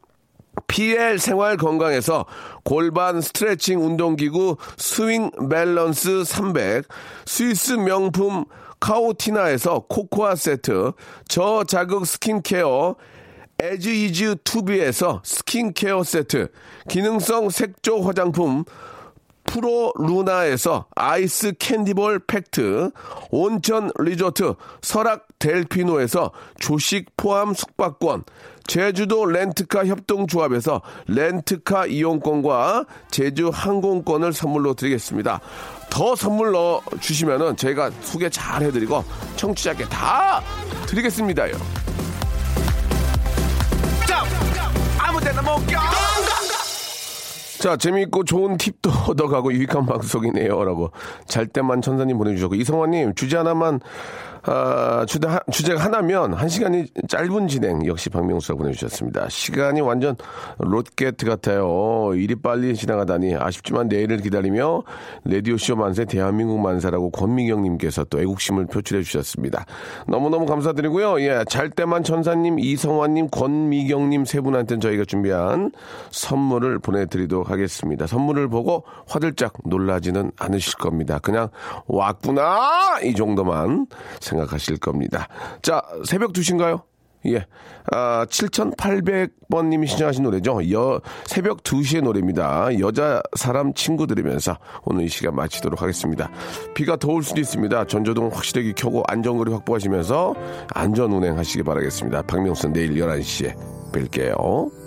S6: PL 생활 건강에서 골반 스트레칭 운동기구 스윙 밸런스 300, 스위스 명품 카오티나에서 코코아 세트, 저자극 스킨케어 에즈이즈 투비에서 스킨케어 세트, 기능성 색조 화장품 프로 루나에서 아이스 캔디볼 팩트, 온천 리조트 설악 델피노에서 조식 포함 숙박권, 제주도 렌트카 협동조합에서 렌트카 이용권과 제주 항공권을 선물로 드리겠습니다. 더 선물 넣어 주시면은 제가 소개 잘 해드리고 청취자께 다 드리겠습니다요. 자, 재미있고 좋은 팁도 (laughs) 얻어가고 유익한 방송이네요. 라고 잘 때만 천사님 보내주셨고, 이성화님, 주제 하나만, 아, 주제, 하- 주제가 하나면 한 시간이 짧은 진행 역시 박명수가 보내주셨습니다. 시간이 완전 롯게트 같아요. 어, 일이 빨리 지나가다니 아쉽지만 내일을 기다리며 레디오쇼 만세 대한민국 만세라고 권미경님께서 또 애국심을 표출해 주셨습니다. 너무너무 감사드리고요. 예, 잘 때만 천사님, 이성화님, 권미경님 세 분한테는 저희가 준비한 선물을 보내드리도록 하겠습니다. 선물을 보고 화들짝 놀라지는 않으실 겁니다. 그냥 왔구나! 이 정도만 생각하실 겁니다. 자, 새벽 2시인가요? 예. 아, 7,800번님이 신청하신 노래죠. 여, 새벽 2시의 노래입니다. 여자 사람 친구 들으면서 오늘 이 시간 마치도록 하겠습니다. 비가 더울 수도 있습니다. 전조등 확실하게 켜고 안전거리 확보하시면서 안전 운행하시기 바라겠습니다. 박명수 내일 11시에 뵐게요.